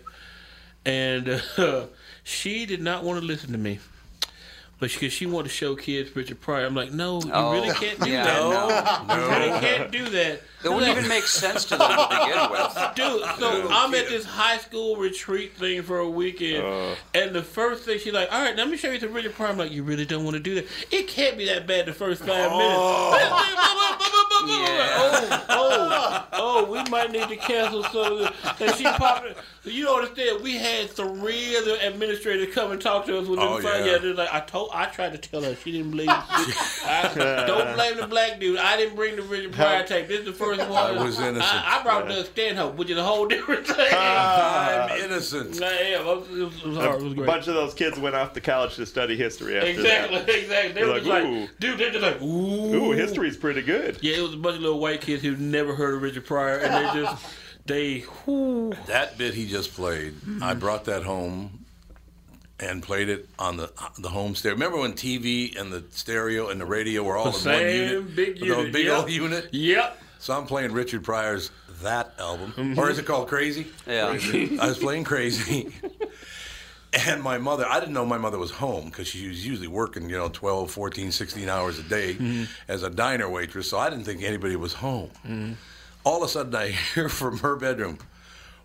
[SPEAKER 5] and *laughs* uh, she did not want to listen to me. But because she wanted to show kids Richard Pryor, I'm like, no, you
[SPEAKER 3] Oh,
[SPEAKER 5] really can't do
[SPEAKER 3] yeah,
[SPEAKER 5] that.
[SPEAKER 3] no.
[SPEAKER 5] You really can't do that.
[SPEAKER 3] It wouldn't even make sense to them to begin
[SPEAKER 5] *laughs*
[SPEAKER 3] with.
[SPEAKER 5] Dude, so I'm at this high school retreat thing for a weekend,
[SPEAKER 1] Uh.
[SPEAKER 5] and the first thing she's like, "All right, let me show you some Richard Pryor." I'm like, "You really don't want to do that? It can't be that bad the first five
[SPEAKER 1] Oh.
[SPEAKER 5] minutes."
[SPEAKER 3] Yeah.
[SPEAKER 5] Oh, oh, oh, we might need to cancel some of this. And she popped it. You don't understand, we had three other administrators come and talk to us within
[SPEAKER 1] Oh,
[SPEAKER 5] five
[SPEAKER 1] yeah.
[SPEAKER 5] years. They're Like, I told, I tried to tell her, she didn't believe.
[SPEAKER 1] *laughs*
[SPEAKER 5] I, don't blame the black dude. I didn't bring the Richard Pryor tape. This is the first one.
[SPEAKER 1] I was innocent. Ah.
[SPEAKER 5] I, I brought Doug Stanhope, which is a
[SPEAKER 1] *laughs*
[SPEAKER 5] whole different thing.
[SPEAKER 1] I'm innocent.
[SPEAKER 5] Nah, yeah, it was, it was hard. It was
[SPEAKER 8] A
[SPEAKER 5] great.
[SPEAKER 8] bunch of those kids went off to college to study history after
[SPEAKER 1] *laughs*
[SPEAKER 5] *laughs* exactly, exactly. They
[SPEAKER 8] You're
[SPEAKER 5] were
[SPEAKER 8] like,
[SPEAKER 5] just like,
[SPEAKER 8] ooh.
[SPEAKER 5] dude, they're just like, ooh.
[SPEAKER 8] that. Ooh, history's pretty good.
[SPEAKER 5] Yeah, it was a bunch of little white kids who never heard of Richard Pryor, and they
[SPEAKER 1] *laughs*
[SPEAKER 5] just, they, whoo.
[SPEAKER 1] That bit he just played, I
[SPEAKER 5] Mm-hmm.
[SPEAKER 1] brought that home and played it on the the home stereo. Remember when TV and the stereo and the radio were all in one
[SPEAKER 5] same
[SPEAKER 1] unit?
[SPEAKER 5] big
[SPEAKER 1] The
[SPEAKER 5] unit,
[SPEAKER 1] big
[SPEAKER 5] yeah.
[SPEAKER 1] old unit.
[SPEAKER 5] Yep.
[SPEAKER 1] So I'm playing Richard Pryor's that album, or
[SPEAKER 5] Mm-hmm.
[SPEAKER 1] is it called Crazy?
[SPEAKER 3] Yeah.
[SPEAKER 1] I was playing Crazy. *laughs* And my mother, I didn't know my mother was home because she was usually working, you know, 12, 14, 16 hours a day as a diner waitress. So I didn't think anybody was home. All of a sudden, I *laughs* hear from her bedroom,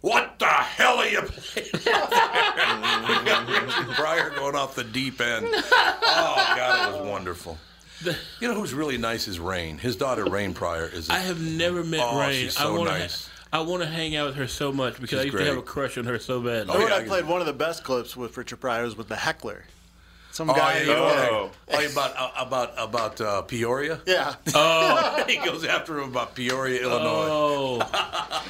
[SPEAKER 1] What the hell are you playing? *laughs* up there?" We got Richard Pryor going off the deep end. Oh, God, it was wonderful. You know who's really nice is Rain. His daughter, Rain Pryor, is.
[SPEAKER 5] I have never met
[SPEAKER 1] Oh,
[SPEAKER 5] Rain.
[SPEAKER 1] she's
[SPEAKER 5] I
[SPEAKER 1] so
[SPEAKER 5] wanna
[SPEAKER 1] nice.
[SPEAKER 5] I want to hang out with her so much because I
[SPEAKER 1] She's
[SPEAKER 5] used to have a
[SPEAKER 1] great.
[SPEAKER 5] crush on her so bad.
[SPEAKER 10] You
[SPEAKER 1] Oh,
[SPEAKER 10] know
[SPEAKER 1] yeah,
[SPEAKER 10] what
[SPEAKER 1] I
[SPEAKER 10] I played one of the best clips with Richard Pryor was with the heckler. Some guy.
[SPEAKER 1] yeah, yeah.
[SPEAKER 8] Oh.
[SPEAKER 1] Oh, yeah, about uh, about about uh,
[SPEAKER 5] *laughs*
[SPEAKER 1] Peoria.
[SPEAKER 10] yeah.
[SPEAKER 1] *laughs*
[SPEAKER 10] *laughs*
[SPEAKER 1] he goes after him about Peoria, Illinois.
[SPEAKER 5] Oh,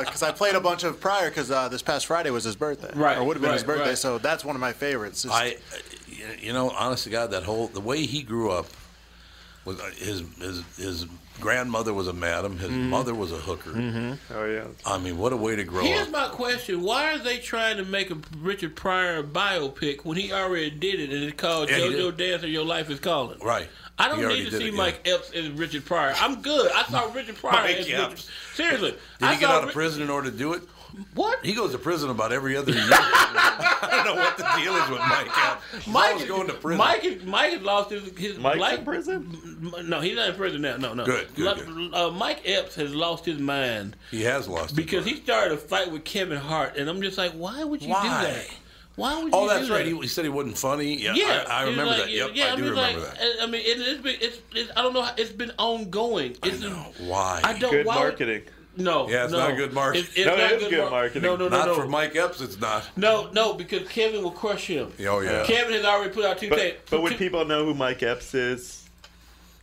[SPEAKER 10] because Uh, I played a bunch of Pryor because uh, this past Friday was his birthday,
[SPEAKER 5] Right,
[SPEAKER 10] Or would have been his
[SPEAKER 5] right,
[SPEAKER 10] birthday,
[SPEAKER 5] right.
[SPEAKER 10] so that's one of my favorites. It's-
[SPEAKER 1] I, you know, honest to God, that whole the way he grew up was uh, his his his grandmother was a madam, his
[SPEAKER 5] Mm-hmm.
[SPEAKER 1] mother was a hooker.
[SPEAKER 8] Oh yeah.
[SPEAKER 1] I mean, what a way to grow
[SPEAKER 5] here's
[SPEAKER 1] up.
[SPEAKER 5] Mm-hmm. my question: Why are they trying to make a Richard Pryor biopic when he already did it, and it's called
[SPEAKER 1] Yeah, he
[SPEAKER 5] JoJo Dancer? Your life is calling.
[SPEAKER 1] right.
[SPEAKER 5] I
[SPEAKER 1] He
[SPEAKER 5] don't
[SPEAKER 1] already
[SPEAKER 5] need to
[SPEAKER 1] did
[SPEAKER 5] see
[SPEAKER 1] it, yeah.
[SPEAKER 5] Mike Epps as Richard Pryor. I'm good. I
[SPEAKER 1] *laughs*
[SPEAKER 5] saw Richard Pryor
[SPEAKER 1] Mike
[SPEAKER 5] as
[SPEAKER 1] Epps.
[SPEAKER 5] Richard. Seriously,
[SPEAKER 1] Did
[SPEAKER 5] I
[SPEAKER 1] he get
[SPEAKER 5] saw
[SPEAKER 1] out of
[SPEAKER 5] Ri-
[SPEAKER 1] prison in order to do it?
[SPEAKER 5] What?
[SPEAKER 1] He goes to prison about every other year. *laughs* I don't know what the deal is with Mike. Epps. He's
[SPEAKER 5] *laughs* Mike
[SPEAKER 1] always
[SPEAKER 5] is-
[SPEAKER 1] going to prison.
[SPEAKER 5] Mike, is- Mike has lost his, his
[SPEAKER 8] Mike's
[SPEAKER 5] life.
[SPEAKER 8] in prison.
[SPEAKER 5] M- No, he's not in prison now. No, no.
[SPEAKER 1] Good, good,
[SPEAKER 5] Lo-
[SPEAKER 1] good.
[SPEAKER 5] Uh, Mike Epps has lost his mind
[SPEAKER 1] he has lost his
[SPEAKER 5] because
[SPEAKER 1] mind.
[SPEAKER 5] he started a fight with Kevin Hart, and I'm just like, why would you do
[SPEAKER 1] Why?
[SPEAKER 5] that? Why would
[SPEAKER 1] Oh,
[SPEAKER 5] you
[SPEAKER 1] that's
[SPEAKER 5] do
[SPEAKER 1] right.
[SPEAKER 5] that?
[SPEAKER 1] He, he said he wasn't funny. Yeah,
[SPEAKER 5] yeah,
[SPEAKER 1] I, I
[SPEAKER 5] it's
[SPEAKER 1] remember
[SPEAKER 5] like-
[SPEAKER 1] that. Yep,
[SPEAKER 5] yeah,
[SPEAKER 1] I do
[SPEAKER 5] mean, like,
[SPEAKER 1] remember that.
[SPEAKER 5] I- I mean, it, it's been, it's, it's, I don't know, how, it's been ongoing. It's,
[SPEAKER 1] No, why?
[SPEAKER 5] I don't.
[SPEAKER 8] Good
[SPEAKER 5] why would-
[SPEAKER 8] marketing.
[SPEAKER 5] No.
[SPEAKER 1] Yeah, it's
[SPEAKER 5] no.
[SPEAKER 1] not good marketing.
[SPEAKER 5] It's, it's
[SPEAKER 8] No, it
[SPEAKER 5] not
[SPEAKER 8] is good
[SPEAKER 5] mar-
[SPEAKER 8] marketing.
[SPEAKER 5] No, no, no,
[SPEAKER 1] Not
[SPEAKER 5] no.
[SPEAKER 1] for Mike Epps, it's not.
[SPEAKER 5] No, no, because Kevin will crush him.
[SPEAKER 1] Oh yeah.
[SPEAKER 5] Kevin has already put out two
[SPEAKER 8] But,
[SPEAKER 5] tapes.
[SPEAKER 8] but would
[SPEAKER 5] two-
[SPEAKER 8] people know who Mike Epps is?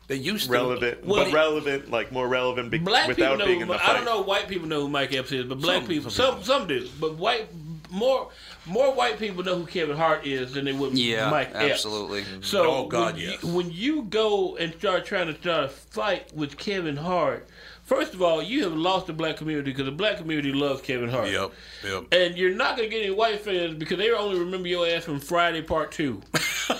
[SPEAKER 1] They used to
[SPEAKER 8] Relevant,
[SPEAKER 5] Well,
[SPEAKER 8] but relevant, like more relevant be-
[SPEAKER 5] black people
[SPEAKER 8] without
[SPEAKER 5] know.
[SPEAKER 8] being
[SPEAKER 5] who-
[SPEAKER 8] in the fight.
[SPEAKER 5] I don't know. White people know who Mike Epps is, but black
[SPEAKER 1] Some-
[SPEAKER 5] people,
[SPEAKER 1] some
[SPEAKER 5] some, some do. But white, more, more white people know who Kevin Hart is than they would
[SPEAKER 3] Yeah,
[SPEAKER 5] Mike Epps.
[SPEAKER 3] absolutely.
[SPEAKER 5] So,
[SPEAKER 1] Oh, God,
[SPEAKER 5] when,
[SPEAKER 1] yes.
[SPEAKER 5] you, when you go and start trying to start a fight with Kevin Hart, first of all, you have lost the black community because the black community loves Kevin Hart.
[SPEAKER 1] Yep. Yep.
[SPEAKER 5] And you're not gonna get any white
[SPEAKER 1] *laughs*
[SPEAKER 5] fans because they only remember your ass from Friday Part Two.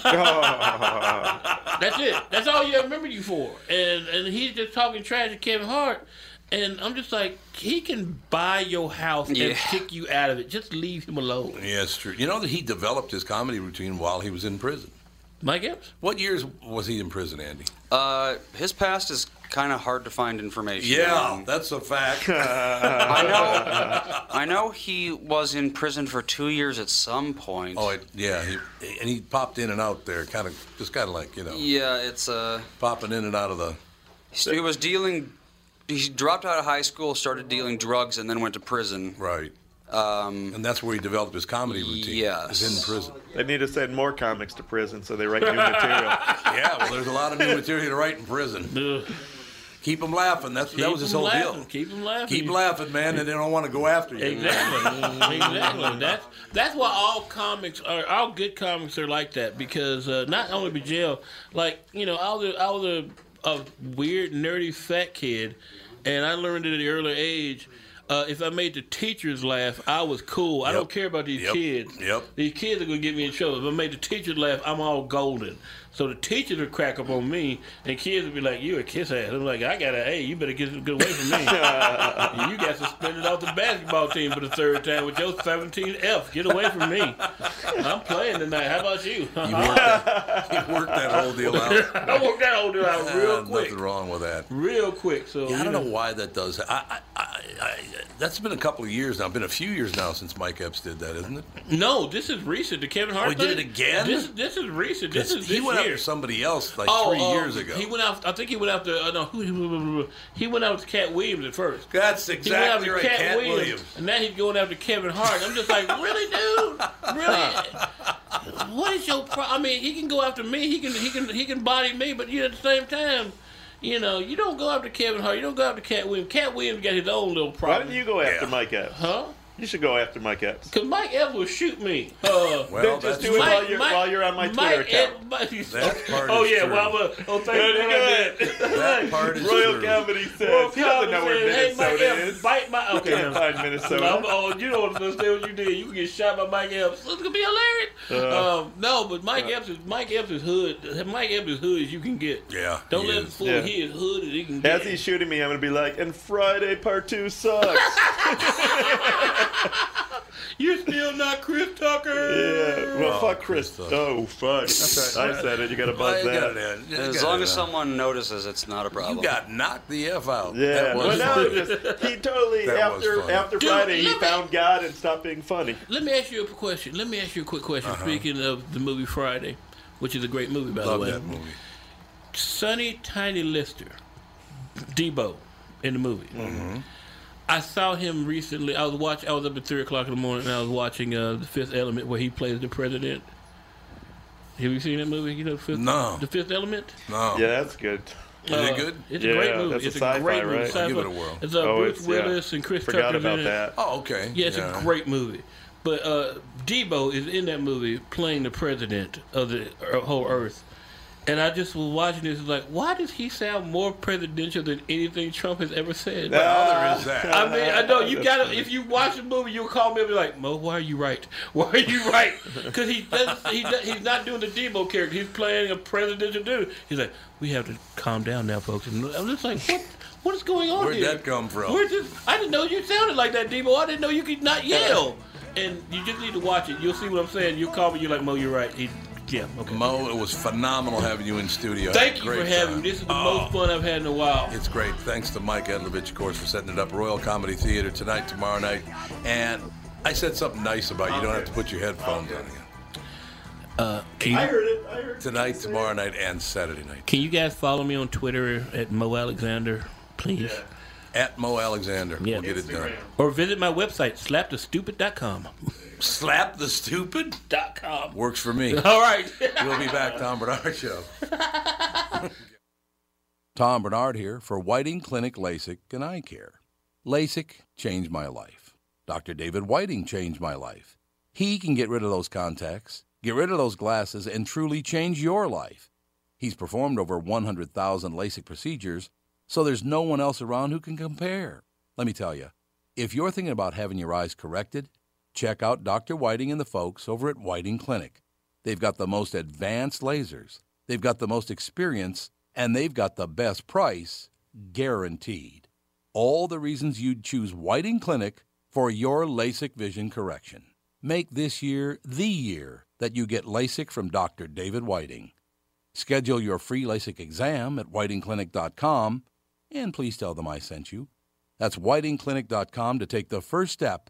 [SPEAKER 5] That's it. That's all you remember you for. And and he's just talking trash to Kevin Hart. And I'm just like, he can buy your house
[SPEAKER 3] Yeah.
[SPEAKER 5] and kick you out of it. Just leave him alone.
[SPEAKER 1] Yeah, it's true. You know that he developed his comedy routine while he was in prison.
[SPEAKER 5] Mike Epps?
[SPEAKER 1] What years was he in prison, Andy?
[SPEAKER 3] Uh, his past is kind of hard to find information.
[SPEAKER 1] Yeah,
[SPEAKER 3] on.
[SPEAKER 1] that's a
[SPEAKER 5] *laughs*
[SPEAKER 1] fact.
[SPEAKER 3] I know. I know he was in prison for two years at some point.
[SPEAKER 1] oh, it, yeah, he, and he popped in and out there, kind of just kind of like you know,
[SPEAKER 3] yeah, it's uh,
[SPEAKER 1] popping in and out of the.
[SPEAKER 3] he was dealing. He dropped out of high school, started dealing drugs, and then went to prison.
[SPEAKER 1] Right. Um, and that's where he developed his comedy routine.
[SPEAKER 3] yes.
[SPEAKER 1] Is in prison.
[SPEAKER 8] They need to send more comics to prison so they write
[SPEAKER 5] *laughs*
[SPEAKER 8] new material.
[SPEAKER 1] Yeah, well, there's a lot of new material to write in prison.
[SPEAKER 5] Ugh.
[SPEAKER 1] Keep them laughing. That's, that
[SPEAKER 5] Keep
[SPEAKER 1] was his
[SPEAKER 5] 'em
[SPEAKER 1] whole
[SPEAKER 5] laughing.
[SPEAKER 1] deal.
[SPEAKER 5] Keep him laughing.
[SPEAKER 1] Keep
[SPEAKER 5] You-
[SPEAKER 1] laughing, man, and they don't want to go after you.
[SPEAKER 5] Exactly. exactly. That's that's why all comics are all good comics are like that because uh, not only be jail, like you know, I was a, I was a, a weird nerdy fat kid, and I learned at an early age. Uh, if I made the teachers laugh, I was cool. I don't care about these
[SPEAKER 1] Yep.
[SPEAKER 5] kids.
[SPEAKER 1] Yep.
[SPEAKER 5] These kids are gonna get me in trouble. If I made the teachers laugh, I'm all golden. So the teachers would crack up on me, and kids would be like, "You a kiss ass?" I'm like, "I got to hey, You better get get away from me."
[SPEAKER 1] *laughs*
[SPEAKER 5] You got suspended off the basketball team for the third time with your 17F. Get away from me. I'm playing tonight. How about you? *laughs*
[SPEAKER 1] You worked that, you worked that whole deal out.
[SPEAKER 5] I worked that whole deal out real
[SPEAKER 1] There's
[SPEAKER 5] quick.
[SPEAKER 1] Nothing wrong with that.
[SPEAKER 5] Real quick. So
[SPEAKER 1] Yeah, I
[SPEAKER 5] you
[SPEAKER 1] don't know why that does. I, I, I, I, that's been a couple of years now. Been a few years now since Mike Epps did that, isn't it?
[SPEAKER 5] No, this is recent. The Kevin Hart
[SPEAKER 1] Oh, he did
[SPEAKER 5] thing?
[SPEAKER 1] it again?
[SPEAKER 5] This, this is recent. This is
[SPEAKER 1] he
[SPEAKER 5] this
[SPEAKER 1] went
[SPEAKER 5] year.
[SPEAKER 1] after somebody else like
[SPEAKER 5] Oh,
[SPEAKER 1] three
[SPEAKER 5] uh,
[SPEAKER 1] years ago.
[SPEAKER 5] He went out. I think he went after. Uh, no, *laughs* who- who- who- who- he went out to Cat Williams at first.
[SPEAKER 1] That's
[SPEAKER 5] He went
[SPEAKER 1] exactly
[SPEAKER 5] after
[SPEAKER 1] right,
[SPEAKER 5] Cat,
[SPEAKER 1] Cat
[SPEAKER 5] Williams,
[SPEAKER 1] Williams.
[SPEAKER 5] and now he's going after Kevin Hart. I'm just like, really,
[SPEAKER 1] *laughs*
[SPEAKER 5] dude? Really? What is your pro- I mean, he can go after me. He can he can he can body me, but you at the same time, you know, you don't go after Kevin Hart. You don't go after Cat Williams. Cat Williams got his own little
[SPEAKER 8] Why
[SPEAKER 5] problem.
[SPEAKER 8] didn't you go after
[SPEAKER 1] Yeah.
[SPEAKER 8] Mike Epps?
[SPEAKER 5] Huh?
[SPEAKER 8] You should go after Mike Epps.
[SPEAKER 5] Because Mike Evans will
[SPEAKER 8] *laughs*
[SPEAKER 5] shoot me. Uh,
[SPEAKER 1] Well,
[SPEAKER 8] Just
[SPEAKER 1] that's, *laughs*
[SPEAKER 8] do it while you're- while you're on my Twitter account.
[SPEAKER 5] Ed- Mike-
[SPEAKER 1] That part
[SPEAKER 5] oh
[SPEAKER 1] is
[SPEAKER 5] yeah,
[SPEAKER 1] true.
[SPEAKER 5] well, I'm a- oh thank you.
[SPEAKER 8] Good.
[SPEAKER 1] that part is
[SPEAKER 8] Royal
[SPEAKER 1] true.
[SPEAKER 8] Comedy says
[SPEAKER 5] Well,
[SPEAKER 8] he doesn't know where
[SPEAKER 5] hey, Mike
[SPEAKER 8] Minnesota
[SPEAKER 5] Evans,
[SPEAKER 8] is.
[SPEAKER 5] bite my. Okay,
[SPEAKER 8] Can't
[SPEAKER 5] now.
[SPEAKER 8] find Minnesota.
[SPEAKER 5] I'm- oh, you don't understand what you did. You can get shot by Mike Epps. It's gonna be hilarious.
[SPEAKER 8] Uh,
[SPEAKER 5] um, no, but Mike Epps is Mike Epps is hood. Mike Epps is hood as you can get.
[SPEAKER 1] Yeah,
[SPEAKER 5] Don't
[SPEAKER 1] he
[SPEAKER 5] let him
[SPEAKER 1] is.
[SPEAKER 5] fool.
[SPEAKER 8] Yeah.
[SPEAKER 5] He is hood as he can get.
[SPEAKER 8] As he's shooting me, I'm gonna be like, "And Friday Part Two sucks."
[SPEAKER 5] You're still not Chris Tucker.
[SPEAKER 8] yeah. Well, fuck Chris.
[SPEAKER 1] Chris sucks.
[SPEAKER 8] Oh, fuck. I said it. You gotta
[SPEAKER 1] Well,
[SPEAKER 8] buzz
[SPEAKER 1] you got
[SPEAKER 8] that.
[SPEAKER 1] it in. You
[SPEAKER 3] As
[SPEAKER 1] got
[SPEAKER 3] long
[SPEAKER 1] it
[SPEAKER 3] as
[SPEAKER 1] in.
[SPEAKER 3] someone notices, it's not a problem.
[SPEAKER 1] you got knocked the f out.
[SPEAKER 8] Yeah,
[SPEAKER 1] That was
[SPEAKER 8] but now
[SPEAKER 1] funny.
[SPEAKER 8] it's just he totally
[SPEAKER 1] That was
[SPEAKER 8] after
[SPEAKER 1] funny.
[SPEAKER 8] after
[SPEAKER 5] Dude,
[SPEAKER 8] Friday he
[SPEAKER 5] let me-
[SPEAKER 8] found God and stopped being funny.
[SPEAKER 5] Let me ask you a question. Let me ask you a quick question.
[SPEAKER 8] Uh-huh.
[SPEAKER 5] Speaking of the movie Friday, which is a great movie by
[SPEAKER 1] love
[SPEAKER 5] the way.
[SPEAKER 1] that movie.
[SPEAKER 5] Sonny Tiny Lister, Debo, in the movie.
[SPEAKER 1] Mm-hmm.
[SPEAKER 5] I saw him recently. I was watching. I was up at three o'clock in the morning, and I was watching uh, the Fifth Element, where he plays the president. Have you seen that movie? You know, the Fifth,
[SPEAKER 1] No.
[SPEAKER 5] the Fifth Element.
[SPEAKER 1] No,
[SPEAKER 8] Yeah, that's good.
[SPEAKER 5] Is
[SPEAKER 1] it good?
[SPEAKER 5] It's
[SPEAKER 8] Yeah,
[SPEAKER 5] a great movie.
[SPEAKER 8] that's a
[SPEAKER 5] it's
[SPEAKER 8] sci-fi,
[SPEAKER 5] a great movie.
[SPEAKER 8] right? Oh,
[SPEAKER 1] I'll give it a
[SPEAKER 5] Sci-fi.
[SPEAKER 1] whirl.
[SPEAKER 5] It's uh, Bruce
[SPEAKER 8] yeah.
[SPEAKER 5] Willis and Chris
[SPEAKER 8] Forgot
[SPEAKER 5] Tucker's
[SPEAKER 8] about
[SPEAKER 5] in it.
[SPEAKER 8] that.
[SPEAKER 1] Oh, okay.
[SPEAKER 5] Yeah, it's a great movie. But uh, Debo is in that movie playing the president of the er- whole earth. And I just was watching this, like, why does he sound more presidential than anything Trump has ever said?
[SPEAKER 1] Well, there is that.
[SPEAKER 5] I mean, I know you gotta. If you watch the movie, you'll call me and be like, "Mo, why are you right? *laughs* Why are you right?" Because he does. He does, he's not doing the Debo character. He's playing a presidential dude. He's like, "We have to calm down now, folks." And I'm just like, "What? What is going on
[SPEAKER 1] Where'd
[SPEAKER 5] here?
[SPEAKER 1] that come from?
[SPEAKER 5] Where's this? I didn't know you sounded like that, Debo. I didn't know you could not yell." And you just need to watch it. You'll see what I'm saying. You'll call me. You're like, "Mo, you're right." He, yeah. Okay.
[SPEAKER 1] Mo, it was phenomenal having you in studio. Had
[SPEAKER 5] Thank
[SPEAKER 1] a
[SPEAKER 5] you for
[SPEAKER 1] great Oh.
[SPEAKER 5] having
[SPEAKER 1] time.
[SPEAKER 5] me. This is the most fun I've had in a while.
[SPEAKER 1] It's great. Thanks to Mike Edlovich, of course, for setting it up. Royal Comedy Theater tonight, tomorrow night. And I said something nice about you. You don't have to put your headphones on again.
[SPEAKER 5] Uh,
[SPEAKER 8] I heard it. I heard
[SPEAKER 1] Tonight, tomorrow night, and Saturday night.
[SPEAKER 5] Can you guys follow me on Twitter at Mo Alexander, please?
[SPEAKER 1] At Mo Alexander.
[SPEAKER 5] Yeah.
[SPEAKER 1] We'll get it done.
[SPEAKER 5] Or visit my website, slapthestupid.com.
[SPEAKER 1] Slap the stupid.
[SPEAKER 5] Dot com.
[SPEAKER 1] Works for me.
[SPEAKER 5] All right.
[SPEAKER 1] We'll be back, Tom Bernard Show.
[SPEAKER 6] *laughs* Tom Bernard here for Whiting Clinic LASIK and Eye Care. LASIK changed my life. Dr. David Whiting changed my life. He can get rid of those contacts, get rid of those glasses, and truly change your life. He's performed over 100,000 LASIK procedures, so there's no one else around who can compare. Let me tell you, if you're thinking about having your eyes corrected, check out Dr. Whiting and the folks over at Whiting Clinic. They've got the most advanced lasers They've got the most experience and they've got the best price guaranteed. All the reasons you'd choose Whiting Clinic for your LASIK vision correction. Make this year the year that you get LASIK from Dr. David Whiting. Schedule your free LASIK exam at whitingclinic.com and please tell them I sent you. That's whitingclinic.com to take the first step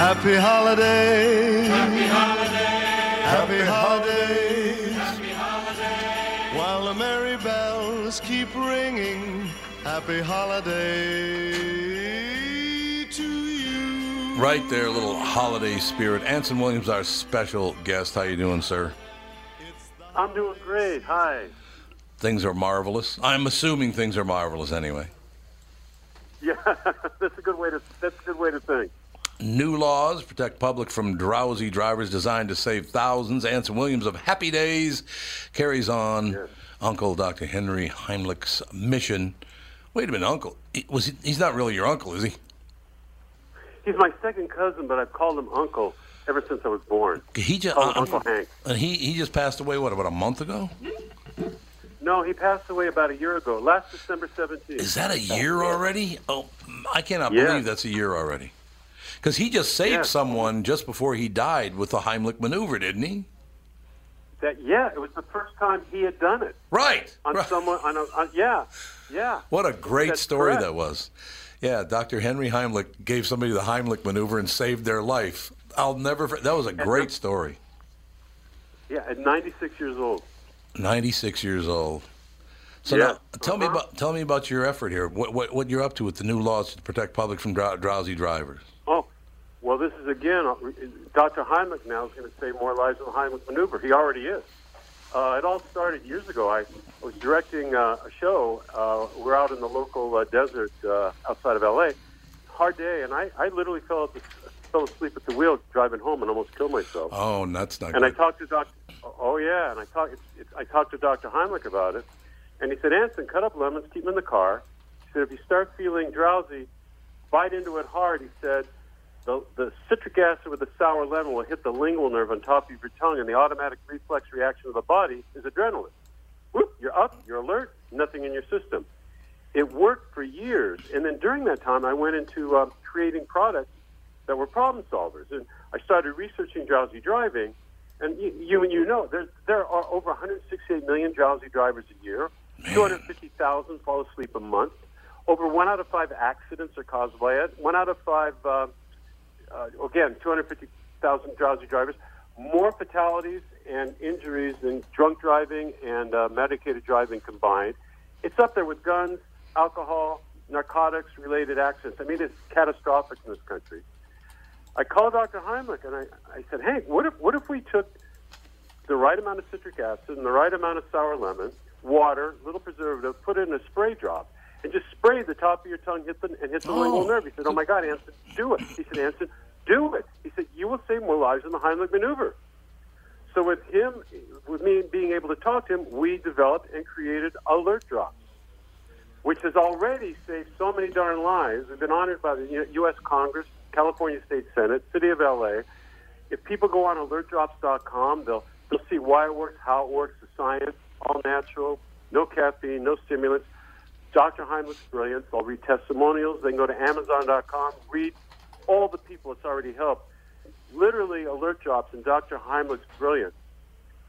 [SPEAKER 2] Happy holidays. Happy holidays. Happy holidays. While the merry bells keep ringing, happy holiday to you.
[SPEAKER 1] Right there, a little holiday spirit. Anson Williams, our special guest. How you doing, sir?
[SPEAKER 11] I'm doing great. Hi. *laughs*
[SPEAKER 1] Things are marvelous. I'm assuming things are marvelous anyway.
[SPEAKER 11] Yeah, that's a good way to that's a good way to think.
[SPEAKER 1] New laws protect public from drowsy drivers designed to save thousands. Anson Williams of Happy Days carries on Uncle Dr. Henry Heimlich's mission. Wait a minute, Uncle. He- Was he, he's not really your uncle, is he?
[SPEAKER 11] He's my second cousin, but I've called him uncle ever since I was born.
[SPEAKER 1] He just
[SPEAKER 6] Oh.
[SPEAKER 11] Call him Uncle Hank.
[SPEAKER 1] And uh, he he just passed away. What about a month ago?
[SPEAKER 11] No, he passed away about a year ago, last December 17th.
[SPEAKER 1] Is that a year already? Oh, I cannot
[SPEAKER 11] Yeah.
[SPEAKER 1] believe that's a year already. Because he just saved someone just before he died with the Heimlich maneuver, didn't he?
[SPEAKER 11] That yeah, it was the first time he had done it
[SPEAKER 1] Right.
[SPEAKER 11] on someone. On a, on, yeah, yeah.
[SPEAKER 1] What a great
[SPEAKER 11] That's
[SPEAKER 1] story
[SPEAKER 11] correct.
[SPEAKER 1] that was. Yeah, Dr. Henry Heimlich gave somebody the Heimlich maneuver and saved their life. I'll never. for- That was a
[SPEAKER 11] *laughs*
[SPEAKER 1] great story.
[SPEAKER 11] Yeah, at 96 years old.
[SPEAKER 1] 96 years old. So
[SPEAKER 11] Yeah. Uh-huh.
[SPEAKER 1] now, tell me about tell me about your effort here. What, what what you're up to with the new laws to protect public from drow- drowsy drivers?
[SPEAKER 11] Oh, well, this is again. Dr. Heimlich now is going to save more lives than the Heimlich maneuver. He already is. Uh, it all started years ago. I was directing uh, a show. Uh, we're out in the local uh, desert uh, outside of LA. Hard day, and I, I literally fell, at the, fell asleep at the wheel driving home and almost killed myself.
[SPEAKER 1] Oh, that's not.
[SPEAKER 11] And I
[SPEAKER 1] good.
[SPEAKER 11] talked to Doctor. Oh yeah, and I talked. It's, it's, I talked to Doctor Heimlich about it, and he said, "Anson, cut up lemons, keep them in the car." He said, "If you start feeling drowsy, bite into it hard." He said, "The, the citric acid with the sour lemon will hit the lingual nerve on top of your tongue, and the automatic reflex reaction of the body is adrenaline. Whoop, you're up, you're alert, nothing in your system." It worked for years, and then during that time, I went into um, creating products that were problem solvers, and I started researching drowsy driving. And you, you and you know, there, there are over 168 million drowsy drivers a year. 250,000 fall asleep a month. Over one out of five accidents are caused by it. One out of five, uh, uh, again, 250,000 drowsy drivers. More fatalities and injuries than drunk driving and uh, medicated driving combined. It's up there with guns, alcohol, narcotics related accidents. I mean, it's catastrophic in this country. I called Dr. Heimlich and I, I said, Hank, what if, what if we took the right amount of citric acid and the right amount of sour lemon, water, little preservative, put it in a spray drop, and just spray the top of your tongue hit the, and hit the lingual nerve? He said, Oh my God, Anson, do it. He said, Anson, do it. He said, You will save more lives than the Heimlich maneuver. So with him, with me being able to talk to him, we developed and created Alert Drops, which has already saved so many darn lives. We've been honored by the U- U.S. Congress, California State Senate, City of L.A. If people go on alertdrops.com, they'll they'll see why it works, how it works, the science, all natural, no caffeine, no stimulants. Dr. Heimlich's brilliant. I'll read testimonials. They can go to Amazon.com, read all the people it's already helped. Literally, Alert Jobs and Dr. Heimlich's brilliant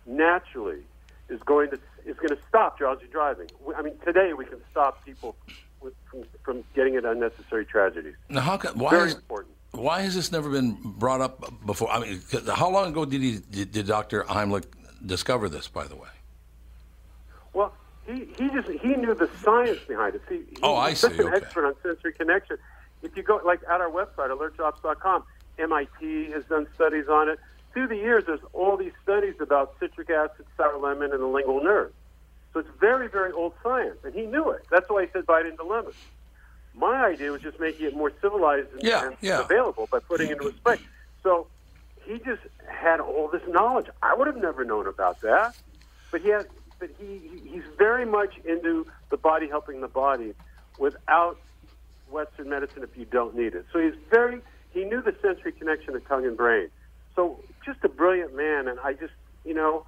[SPEAKER 11] naturally is going to is going to stop drowsy driving. We- I mean, today we can stop people with, from, from getting into unnecessary tragedies.
[SPEAKER 6] Now, how come? Why
[SPEAKER 11] Very
[SPEAKER 6] is,
[SPEAKER 11] important.
[SPEAKER 6] Why has this never been brought up before? I mean, 'cause how long ago did he did, did Dr. Heimlich discover this? By the way,
[SPEAKER 11] Well, he, he just he knew the science behind it. See, he,
[SPEAKER 6] Oh, I
[SPEAKER 11] he's
[SPEAKER 6] see,
[SPEAKER 11] such an
[SPEAKER 6] okay.
[SPEAKER 11] expert on sensory connection. If you go like at our website alertjobs.com, MIT has done studies on it. Through the years, there's all these studies about citric acid, sour lemon, and the lingual nerve. So it's very, very old science, and he knew it. That's why he said bite into lemon. My idea was just making it more civilized and,
[SPEAKER 6] Yeah,
[SPEAKER 11] and
[SPEAKER 6] yeah.
[SPEAKER 11] available by putting it into a space. So he just had all this knowledge. I would have never known about that, but he has. But he, he he's very much into the body helping the body, without Western medicine if you don't need it. So he's very. He knew the sensory connection of tongue and brain. So just a brilliant man, and I just you know.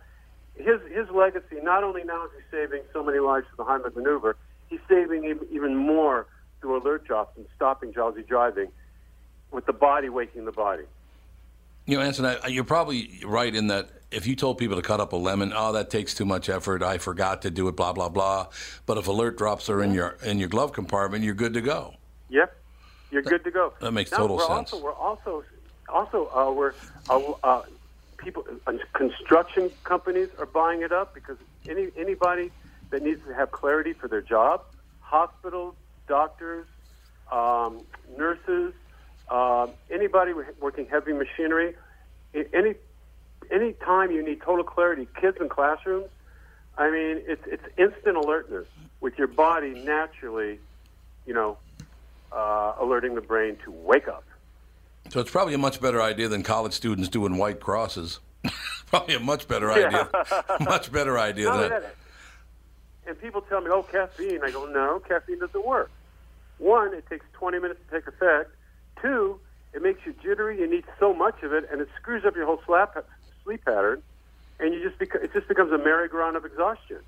[SPEAKER 11] His, his legacy, not only now is he saving so many lives through the Heimlich maneuver, he's saving ev- even more through alert jobs and stopping drowsy driving with the body waking the body.
[SPEAKER 6] you know, Anson, I, you're probably right in that if you told people to cut up a lemon, oh, that takes too much effort. I forgot to do it. Blah blah blah. But if alert drops are in your in your glove compartment, you're good to go.
[SPEAKER 11] Yep, you're good to go.
[SPEAKER 6] that makes
[SPEAKER 11] Now,
[SPEAKER 6] total
[SPEAKER 11] we're
[SPEAKER 6] sense.
[SPEAKER 11] Also, we're also also uh, we're uh, uh, people uh, construction companies are buying it up because any anybody that needs to have clarity for their job, hospitals, doctors, um, nurses, um anybody working heavy machinery, a- any any time you need total clarity, kids in classrooms. I mean, it's it's instant alertness with your body naturally, you know, uh, alerting the brain to wake up.
[SPEAKER 6] So it's probably a much better idea than college students doing white
[SPEAKER 1] *laughs*
[SPEAKER 6] crosses. *laughs* probably a much better idea. *laughs* much better idea
[SPEAKER 11] Not
[SPEAKER 6] than.
[SPEAKER 11] only that, and people tell me, "Oh, caffeine." I go, "No, caffeine doesn't work." One, it takes 20 minutes to take effect. Two, it makes you jittery. You need so much of it, and it screws up your whole slap, sleep pattern, and you just beca- it just becomes a merry-go-round of exhaustion.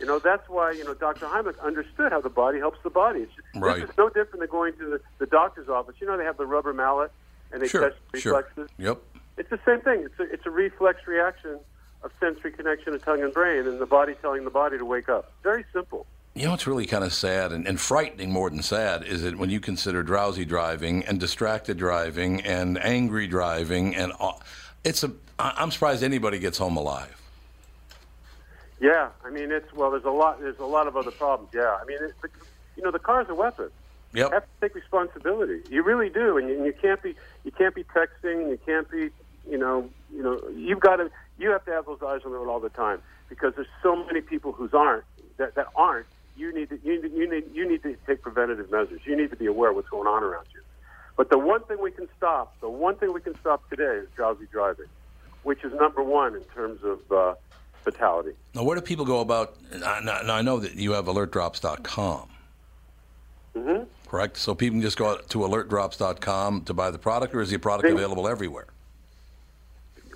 [SPEAKER 11] You know that's why you know Dr. Heimlich understood how the body helps the body. It's just,
[SPEAKER 6] Right.
[SPEAKER 11] This is no different than going to the, the doctor's office. You know they have the rubber mallet and they
[SPEAKER 6] Sure,
[SPEAKER 11] test
[SPEAKER 6] sure.
[SPEAKER 11] reflexes.
[SPEAKER 6] Yep.
[SPEAKER 11] It's the same thing. It's a, it's a reflex reaction of sensory connection of tongue and brain, and the body telling the body to wake up. Very simple.
[SPEAKER 6] You know what's really kind of sad and, and frightening more than sad is that when you consider drowsy driving and distracted driving and angry driving and all, it's a I- I'm surprised anybody gets home alive.
[SPEAKER 11] Yeah, I mean it's well. There's a lot. There's a lot of other problems. Yeah, I mean, it, the, you know, the car's a weapon.
[SPEAKER 6] Yep.
[SPEAKER 11] You have to take responsibility. You really do, and you, and you can't be you can't be texting, and you can't be you know you know you've got to you have to have those eyes on the road all the time because there's so many people who's aren't that, that aren't. You need to you need, you need you need to take preventative measures. You need to be aware of what's going on around you. But the one thing we can stop, the one thing we can stop today is drowsy driving, which is number one in terms of uh, fatality.
[SPEAKER 6] Now, where do people go about? Now, now now I know that you have alertdrops.com,
[SPEAKER 11] Mm-hmm.
[SPEAKER 6] correct? So people can just go out to alertdrops.com to buy the product, or is the product
[SPEAKER 11] They-
[SPEAKER 6] available everywhere?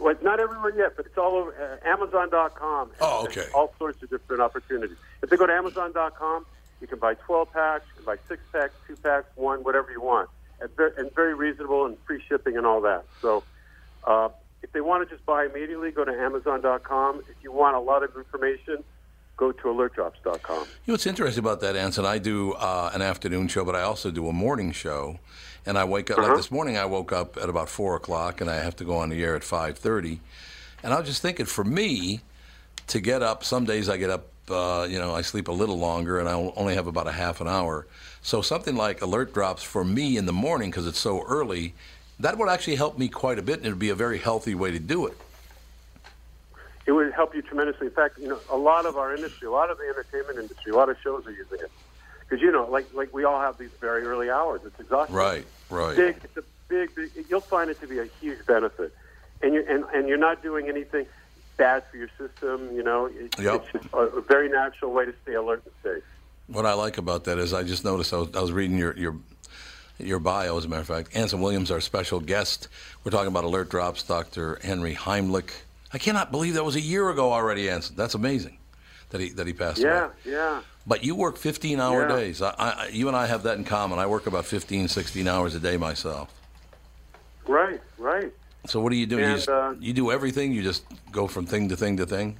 [SPEAKER 11] Well, it's not everywhere yet, but it's all over uh, Amazon.com.
[SPEAKER 6] Oh, okay.
[SPEAKER 11] All sorts of different opportunities. If they go to Amazon.com, you can buy 12 packs, you can buy six packs, two packs, one, whatever you want, and very, and very reasonable and free shipping and all that. So, uh, if they want to just buy immediately, go to Amazon.com. If you want a lot of information, go to AlertDrops.com.
[SPEAKER 6] You know what's interesting about that, Anson? I do uh, an afternoon show, but I also do a morning show, and I wake up like this morning. I woke up at about four o'clock, and I have to go on the air at five thirty. And I was just thinking, for me to get up, some days I get up, uh, you know, I sleep a little longer, and I only have about a half an hour. So something like alert drops for me in the morning because it's so early, that would actually help me quite a bit, and it'd be a very healthy way to do it.
[SPEAKER 11] It would help you tremendously. In fact, you know, a lot of our industry, a lot of the entertainment industry, a lot of shows are using it because you know, like like we all have these very early hours. It's exhausting.
[SPEAKER 6] Right, right.
[SPEAKER 11] Big, it's a big, big. You'll find it to be a huge benefit, and you and, and you're not doing anything bad for your system. You know, it,
[SPEAKER 6] Yep.
[SPEAKER 11] it's just a, a very natural way to stay alert and safe.
[SPEAKER 6] What I like about that is I just noticed I was, I was reading your, your your bio, as a matter of fact. Anson Williams, our special guest. We're talking about alert drops, Dr. Henry Heimlich. I cannot believe that was a year ago already, Anson. That's amazing.
[SPEAKER 1] that he that he passed
[SPEAKER 11] Yeah,
[SPEAKER 1] away.
[SPEAKER 11] yeah.
[SPEAKER 1] But you work 15 hour
[SPEAKER 11] Yeah.
[SPEAKER 1] days. I, I, I- you and I have that in common. I work about 15, 16 hours a day myself.
[SPEAKER 11] Right, right.
[SPEAKER 1] So what do you do? you,
[SPEAKER 11] And,
[SPEAKER 1] just,
[SPEAKER 11] uh,
[SPEAKER 1] you do everything. You just go from thing to thing to thing.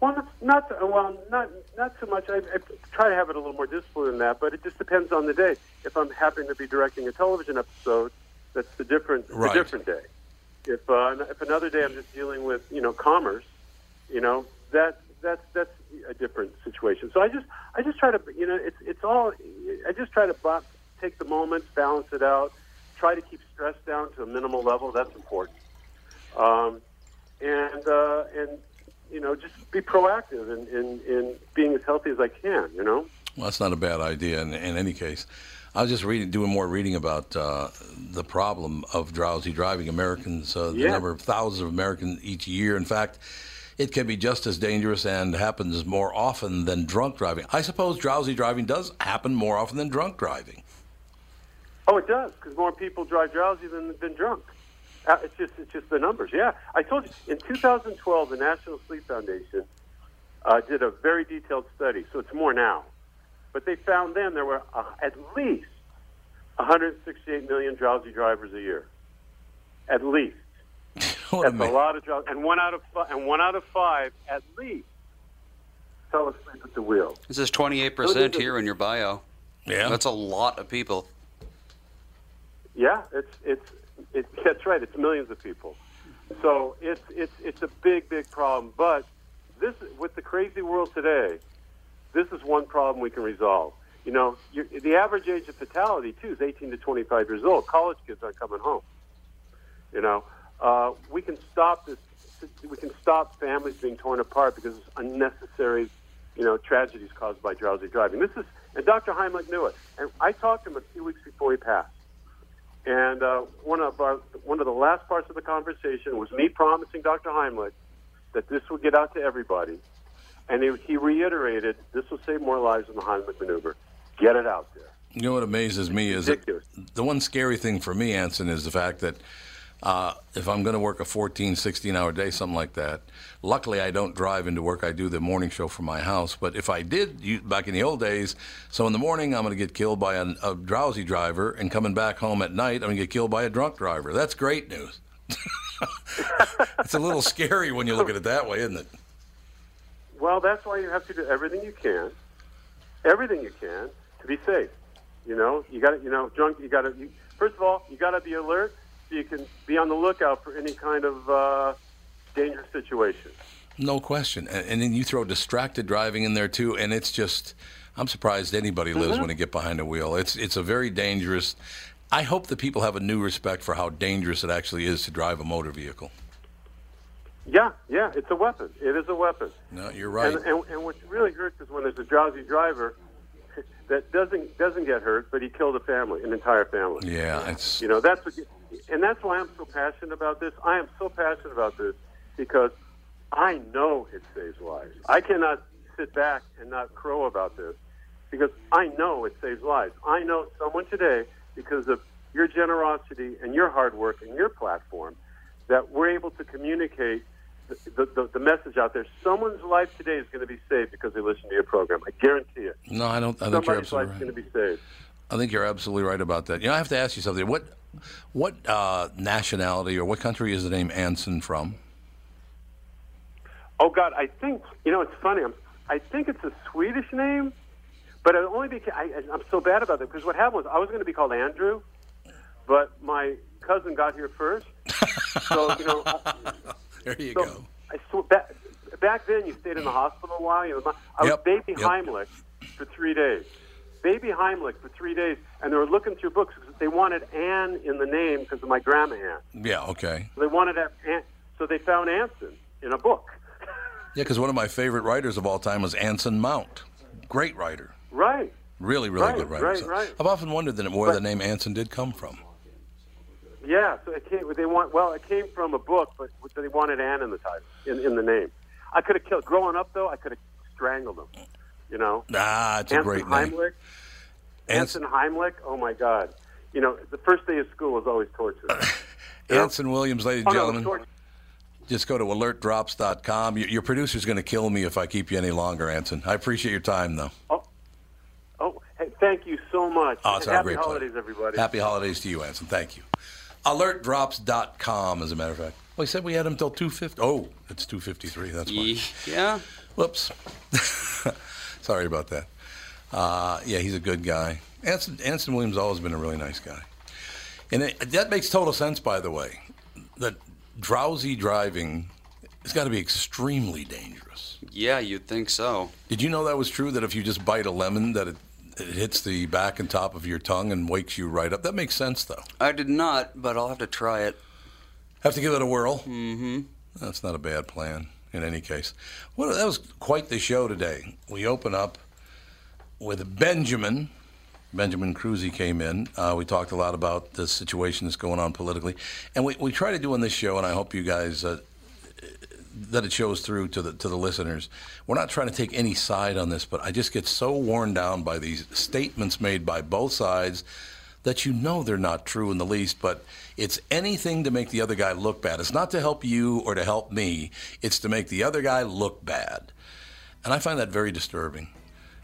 [SPEAKER 11] Well, not- not well, not not so much. I, I try to have it a little more disciplined than that, but it just depends on the day. If I'm happening to be directing a television episode, that's the different
[SPEAKER 1] Right.
[SPEAKER 11] the different day. If uh, if another day I'm just dealing with you know commerce, you know that that's that's a different situation. So I just I just try to you know it's it's all I just try to bo- take the moments, balance it out, try to keep stress down to a minimal level. That's important. Um, and uh, and you know just be proactive in, in, in being as healthy as I can. You know.
[SPEAKER 1] Well, that's not a bad idea in, in any case. I was just reading, doing more reading about uh, the problem of drowsy driving. Americans, uh, the
[SPEAKER 11] Yeah.
[SPEAKER 1] number of thousands of Americans each year. In fact, it can be just as dangerous and happens more often than drunk driving. I suppose drowsy driving does happen more often than drunk driving.
[SPEAKER 11] Oh, it does because more people drive drowsy than than drunk. Uh, It's just it's just the numbers. Yeah, I told you in 2012 the National Sleep Foundation uh, did a very detailed study, so it's more now. But they found then there were uh, at least 168 million drowsy drivers a year. At least that's a lot of drowsy, and one out of fi- and one out of five at least fell asleep at the wheel.
[SPEAKER 3] It says 28% here in your bio.
[SPEAKER 1] Yeah.
[SPEAKER 3] That's a lot of people.
[SPEAKER 11] Yeah, it's it's it's *laughs* that's right. It's millions of people. So it's it's it's a big big problem. But this with the crazy world today, this is one problem we can resolve. You know, you the average age of fatality too is 18 to 25 years old. College kids aren't coming home. You know, uh, we can stop this. We can stop families being torn apart because it's unnecessary, you know, tragedies caused by drowsy driving. This is, and Dr. Heimlich knew it. And I talked to him a few weeks before he passed. And uh, one of our, one of the last parts of the conversation was me promising Dr. Heimlich that this would get out to everybody, and he, he reiterated this will save more lives than the Heimlich maneuver. Get it out there.
[SPEAKER 1] You know what amazes me is that the one scary thing for me, Anson, is the fact that uh, if I'm going to work a 14, 16 hour day, something like that, luckily I don't drive into work. I do the morning show from my house. But if I did you, back in the old days, so in the morning I'm going to get killed by an, a drowsy driver, and coming back home at night I'm going to get killed by a drunk driver. That's great news. *laughs* it's a little scary when you look at it that way, isn't it?
[SPEAKER 11] Well, that's why you have to do everything you can, everything you can to be safe. You know, you got to, you know, drunk. You got to. You, first of all, you got to be alert so you can be on the lookout for any kind of uh, dangerous situation.
[SPEAKER 1] No question. And, and then you throw distracted driving in there too, and it's just I'm surprised anybody lives
[SPEAKER 6] Mm-hmm.
[SPEAKER 11] Mhm.
[SPEAKER 1] when they get behind a wheel. It's it's a very dangerous. I hope that people have a new respect for how dangerous it actually is to drive a motor vehicle.
[SPEAKER 11] Yeah, yeah, it's a weapon. It is a weapon.
[SPEAKER 1] No, Uh, you're right.
[SPEAKER 11] And, and, and what really hurts is when there's a drowsy driver *laughs* that doesn't doesn't get hurt, but he killed a family, an entire family.
[SPEAKER 1] yeah, it's
[SPEAKER 11] You know, that's what, you- and that's why I'm so passionate about this. I am so passionate about this because I know it saves lives. I cannot sit back and not crow about this because I know it saves lives. I know someone today because of your generosity and your hard work and your platform that we're able to communicate the, the, the, the message out there. Someone's life today is going to be saved because they listened to your program. I guarantee it.
[SPEAKER 1] no, I don't. I think you're
[SPEAKER 11] Somebody's
[SPEAKER 1] absolutely
[SPEAKER 11] life
[SPEAKER 1] right.
[SPEAKER 11] is going to be saved.
[SPEAKER 1] I think you're absolutely right about that. You know, I have to ask you something. What what uh, nationality or what country is the name Anson from?
[SPEAKER 11] Oh God, I think you know it's funny. I'm, I think it's a Swedish name, but it only became, I, I'm so bad about it because what happened was I was going to be called Andrew, but my cousin got here first, so you know. I-
[SPEAKER 1] There you go.
[SPEAKER 11] I sw- back, back then you stayed in the hospital a while. You know, my- I was baby Heimlich for three days. Baby Heimlich for three days, and they were looking through books because they wanted Anne in the name because of my grandma Anne.
[SPEAKER 1] Yeah, okay.
[SPEAKER 11] So they wanted to have Anne, so they found Anson in a book.
[SPEAKER 1] Yeah, because one of my favorite writers of all time was Anson Mount. Great writer.
[SPEAKER 11] Right.
[SPEAKER 1] Really, really
[SPEAKER 11] Right,
[SPEAKER 1] good writer.
[SPEAKER 11] right,
[SPEAKER 1] So
[SPEAKER 11] right.
[SPEAKER 1] I've often wondered that where the name Anson did come from.
[SPEAKER 11] Yeah, so it came. They want well, it came from a book, but they wanted Anne in the title, in, in the name. I could have killed. Growing up though, I could have strangled him. You know.
[SPEAKER 1] Ah, it's a
[SPEAKER 11] Anson
[SPEAKER 1] great name.
[SPEAKER 11] Heimlich. Anson Heimlich. Oh my God.
[SPEAKER 1] *coughs*
[SPEAKER 11] You know, the first day of school is always torture.
[SPEAKER 1] Anson Williams, ladies
[SPEAKER 11] oh,
[SPEAKER 1] and
[SPEAKER 11] no, it was
[SPEAKER 1] gentlemen.
[SPEAKER 11] torture.
[SPEAKER 1] Just go to alertdrops.com. Your, your producer's going to kill me if I keep you any longer, Anson. I appreciate your time, though.
[SPEAKER 11] Oh, hey, thank you so much.
[SPEAKER 1] Oh, it's
[SPEAKER 11] And
[SPEAKER 1] our
[SPEAKER 11] happy
[SPEAKER 1] great pleasure.
[SPEAKER 11] holidays, everybody.
[SPEAKER 1] Happy holidays to you, Anson. Thank you. Alertdrops.com, as a matter of fact. Well, he said we had him till 2.50. Oh, it's 2.53. That's why.
[SPEAKER 3] Yeah.
[SPEAKER 1] Whoops. *laughs* Sorry about that. Uh, yeah, he's a good guy. Anson, Anson Williams always been a really nice guy. And it, that makes total sense, by the way. That drowsy driving has got to be extremely dangerous.
[SPEAKER 3] Yeah, you'd think so.
[SPEAKER 1] Did you know that was true? That if you just bite a lemon, that it, it hits the back and top of your tongue and wakes you right up? That makes sense, though.
[SPEAKER 3] I did not, but I'll have to try it.
[SPEAKER 1] Have to give it a whirl. Mm-hmm. That's not a bad plan. In any case, well, that was quite the show today. We open up with Benjamin. Benjamin Cruzy came in. Uh, we talked a lot about the situation that's going on politically, and we, we try to do on this show, and I hope you guys uh, that it shows through to the to the listeners. We're not trying to take any side on this, but I just get so worn down by these statements made by both sides that you know they're not true in the least, but it's anything to make the other guy look bad. It's not to help you or to help me. It's to make the other guy look bad. And I find that very disturbing.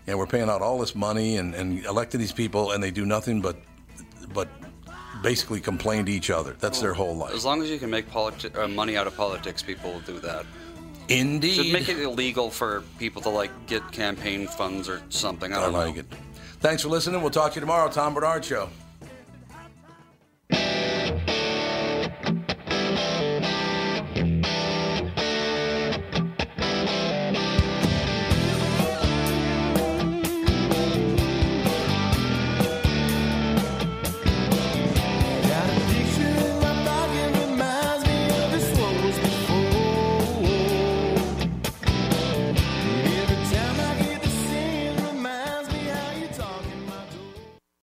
[SPEAKER 1] And we're paying out all this money and, and electing these people and they do nothing but but basically complain to each other. That's their whole life.
[SPEAKER 3] As long as you can make politi- uh, money out of politics, people will do that.
[SPEAKER 1] Indeed.
[SPEAKER 3] Should make it illegal for people to like get campaign funds or something. I
[SPEAKER 1] I
[SPEAKER 3] don't
[SPEAKER 1] like
[SPEAKER 3] know.
[SPEAKER 1] it. Thanks for listening. We'll talk to you tomorrow. Tom Bernard Show.